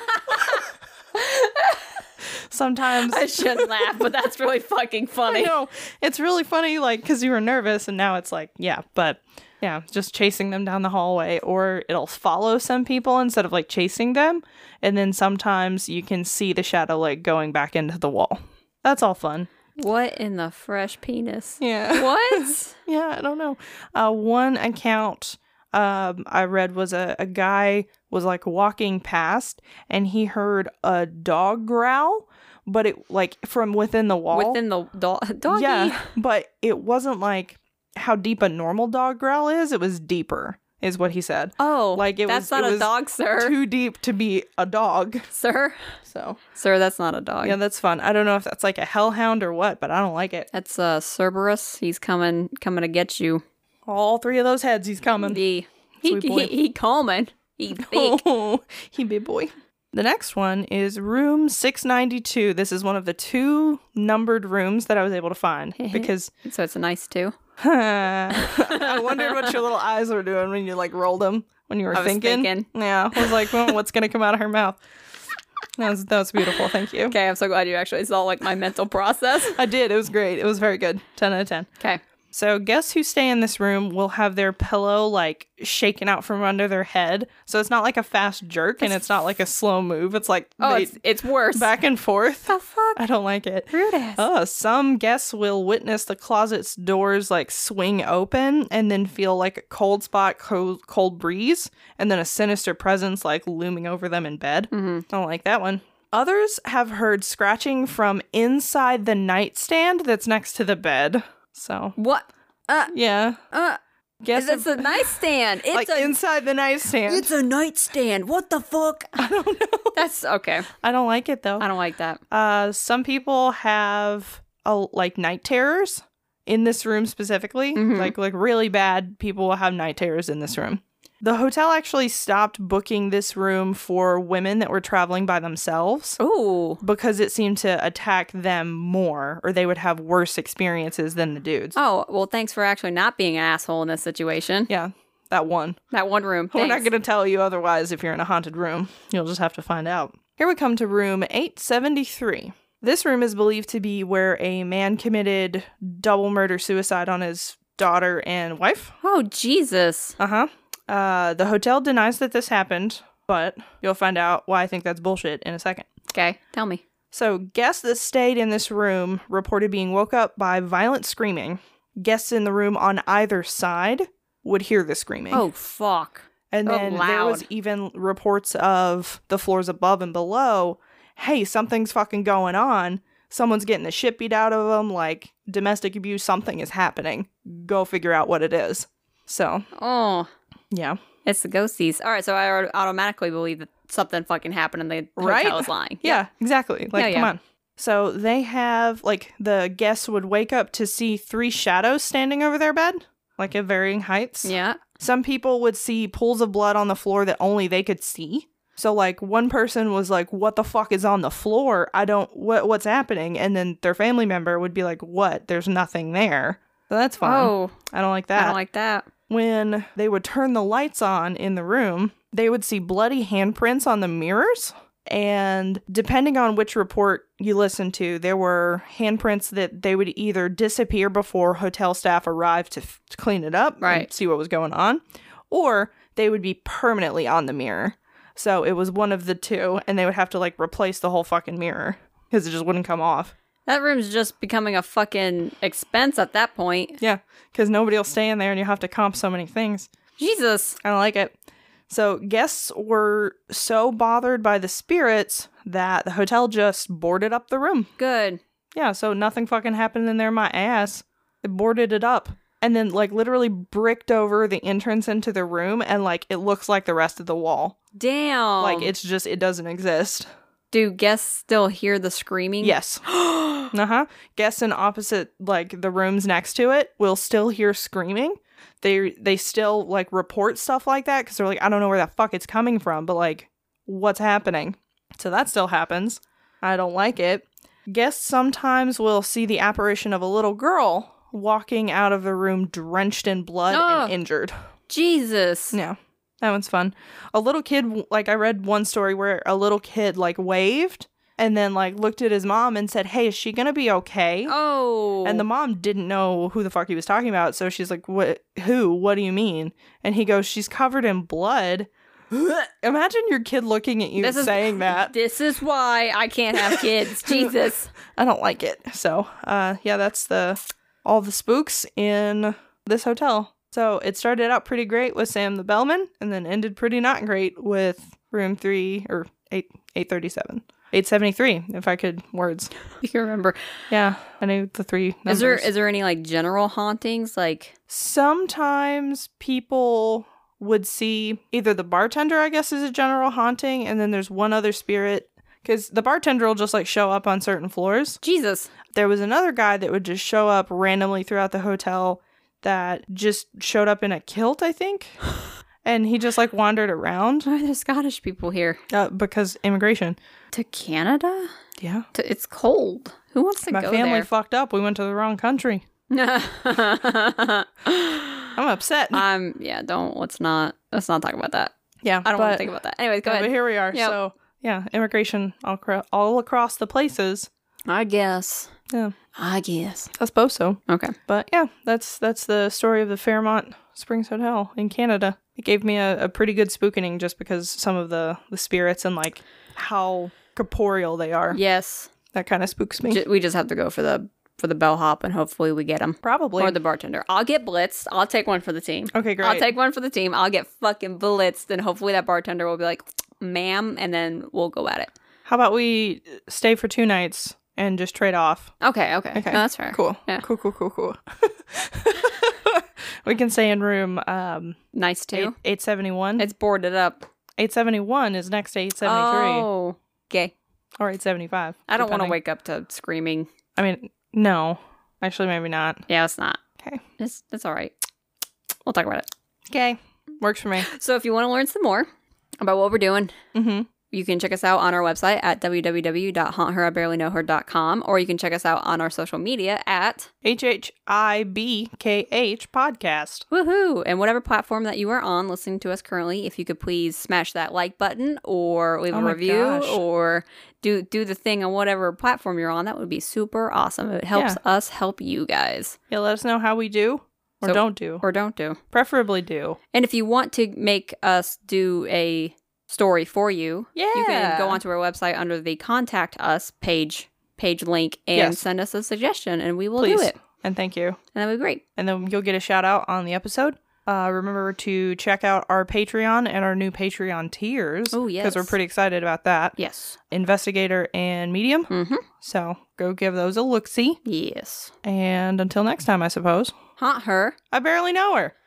Sometimes
I shouldn't laugh, but that's really fucking
I
funny.
know. It's really funny, like, because you were nervous and now it's like, yeah, but yeah, just chasing them down the hallway or it'll follow some people instead of like chasing them. And then sometimes you can see the shadow, like, going back into the wall. That's all fun.
What in the fresh penis?
Yeah.
What?
yeah, I don't know. Uh, one account um, I read was a, a guy was like walking past and he heard a dog growl, but it like from within the wall.
Within the do- doggy.
Yeah, but it wasn't like how deep a normal dog growl is. It was deeper, is what he said.
Oh,
Like, it was-
that's not
it
a
was
dog, sir.
Too deep to be a dog.
sir,
So
sir, that's not a dog.
yeah, that's fun. I don't know if that's like a hellhound or what, but I don't like it.
that's uh Cerberus. He's coming, coming to get you.
All three of those heads, he's coming.
He, he,
Sweet boy.
he, he coming. He thick.
Oh, he big boy. The next one is room 692. This is one of the two numbered rooms that I was able to find because
So it's a nice two.
I wondered what your little eyes were doing when you like rolled them when you were
I was
thinking.
thinking.
Yeah, I was like, well, what's gonna come out of her mouth? That was that was beautiful. Thank you.
Okay, I'm so glad you actually saw like my mental process.
I did. It was great. It was very good. Ten out of ten.
Okay.
So guests who stay in this room will have their pillow like shaken out from under their head. So it's not like a fast jerk and it's not like a slow move. It's like
Oh,
they-
it's, it's worse.
back and forth.
the fuck?
I don't like it.
Rude ass.
Oh, some guests will witness the closet's doors like swing open and then feel like a cold spot, cold, cold breeze, and then a sinister presence like looming over them in bed.
Mhm.
Don't like that one. Others have heard scratching from inside the nightstand that's next to the bed. So,
What? Uh,
yeah.
uh,
Guess
that's a nightstand. It's
like
a
inside the nightstand.
It's a nightstand. What the fuck?
I don't know.
That's okay.
I don't like it though.
I don't like that.
Uh, some people have a, like night terrors in this room specifically.
Mhm.
Like like really bad people will have night terrors in this room. The hotel actually stopped booking this room for women that were traveling by themselves
Ooh.
because it seemed to attack them more or they would have worse experiences than the dudes.
Oh, well, thanks for actually not being an asshole in this situation.
Yeah, that one.
That one room.
We're not
Thanks.
going to tell you otherwise if you're in a haunted room. You'll just have to find out. Here we come to room 873. This room is believed to be where a man committed double murder suicide on his daughter and wife.
Oh, Jesus.
Uh-huh. Uh The hotel denies that this happened, but you'll find out why I think that's bullshit in a second.
Okay, tell me.
So, guests that stayed in this room reported being woke up by violent screaming. Guests in the room on either side would hear the screaming.
Oh, fuck.
And
Oh,
then there was
loud.
even reports of the floors above and below. Hey, something's fucking going on. Someone's getting the shit beat out of them. Like domestic abuse, something is happening. Go figure out what it is. So
Oh,
yeah,
it's the ghosties. All right, so I au- automatically believe that something fucking happened and the
Right?
hotel is lying.
yeah, exactly. Like
Yeah,
come
yeah.
on. So they have like the guests would wake up to see three shadows standing over their bed, like at varying heights.
Yeah.
Some people would see pools of blood on the floor that only they could see. So like one person was like, "What the fuck is on the floor? I don't what what's happening?" And then their family member would be like, "What? There's nothing there." So that's fine.
Oh,
I don't like
I
that.
don't like that.
when they would turn the lights on in the room, they would see bloody handprints on the mirrors. And depending on which report you listened to, there were handprints that they would either disappear before hotel staff arrived to, f- to clean it up and
Right.
see what was going on, or they would be permanently on the mirror. So it was one of the two, and they would have to like replace the whole fucking mirror because it just wouldn't come off.
That room's just becoming a fucking expense at that point.
Yeah, because nobody will stay in there and you have to comp so many things.
Jesus.
I don't like it. So guests were so bothered by the spirits that the hotel just boarded up the room.
Good.
Yeah, so nothing fucking happened in there. My ass. They boarded it up and then like literally bricked over the entrance into the room and like it looks like the rest of the wall.
Damn.
Like it's just it doesn't exist.
Do guests still hear the screaming?
Yes. Uh huh. Guests in opposite, like the rooms next to it, will still hear screaming. They they still like report stuff like that because they're like, I don't know where that fuck it's coming from, but like, what's happening? So that still happens. I don't like it. Guests sometimes will see the apparition of a little girl walking out of the room drenched in blood and
Ah.
injured.
Jesus.
Yeah. That one's fun. A little kid, like, I read one story where a little kid, like, waved and then, like, looked at his mom and said, Hey, is she going to be okay?
Oh.
And the mom didn't know who the fuck he was talking about. So she's like, What? Who? What do you mean? And he goes, She's covered in blood. Imagine your kid looking at you
This is-
saying that.
This is why I can't have kids. Jesus.
I don't like it. So, uh, yeah, that's the all the spooks in this hotel. So it started out pretty great with Sam the bellman, and then ended pretty not great with room three or eight eight thirty seven. 873 if i could words
You can remember.
yeah i knew the three numbers.
Is there is there any like general hauntings? Like
sometimes people would see either the bartender i guess is a general haunting and then there's one other spirit because the bartender will just like show up on certain floors
Jesus.
there was another guy that would just show up randomly throughout the hotel that just showed up in a kilt, I think. and he just like wandered around
Why are there Scottish people here?
uh, because immigration.
To Canada?
Yeah.
To, it's cold. Who wants to
My
go
family fucked up. We went to the wrong country.
there?
I'm upset.
um. Yeah. Don't. Let's not. Let's not talk about that.
yeah.
I don't want to
but-
think about that. Anyways, go
yeah, But
ahead.
here we are.
Yep.
So, yeah, immigration all, cro- all across the places.
I guess.
Yeah.
I guess.
I suppose so.
Okay.
But yeah, that's that's the story of the Fairmont Springs Hotel in Canada. It gave me a, a pretty good spookening just because some of the the spirits and like how corporeal they are.
Yes.
That kind of spooks me.
Ju- we just have to go for the for the bellhop and hopefully we get him
Probably.
or the bartender. I'll get blitzed. I'll take one for the team.
okay, great.
I'll take one for the team. I'll get fucking blitzed and hopefully that bartender will be like, "Ma'am," and then we'll go at it.
how about we stay for two nights and just trade off?
Okay, okay.
Okay,
No, Oh, that's fair.
Cool.
Yeah.
Cool, cool, cool, cool. we can stay in room um
Nice too.
eight- 871.
it's boarded up.
871 is next to 873
Oh, okay.
or 875.
I don't want to
depending.
wake up to screaming.
I mean, no. Actually, maybe not.
Yeah, it's not.
Okay.
It's it's all right. We'll talk about it.
Okay. Works for me.
So if you want to learn some more about what we're doing,
Mm-hmm.
You can check us out on our website at www.hauntherIbarelyknowher.com or you can check us out on our social media at
H H I B K H podcast.
woohoo and whatever platform that you are on listening to us currently if you could please smash that like button or leave
Oh
a
my
review
gosh.
or do do the thing on whatever platform you're on that would be super awesome it helps us help you guys
Yeah, let us know how we do or
So-
don't do.
or don't do
Preferably do.
and if you want to make us do a story for you
Yeah.
you can go onto our website under the contact us page page link and
Yes.
send us a suggestion and we will
Please.
do it
And thank you.
and that would be great
And then you'll get a shout out on the episode. Uh, remember to check out our Patreon and our new Patreon tiers.
Oh,
Because we're
yes.
pretty excited about that.
yes
Investigator and Medium.
mm-hmm
So go give those a look see.
yes
And until next time, I suppose.
haunt her
I barely know her.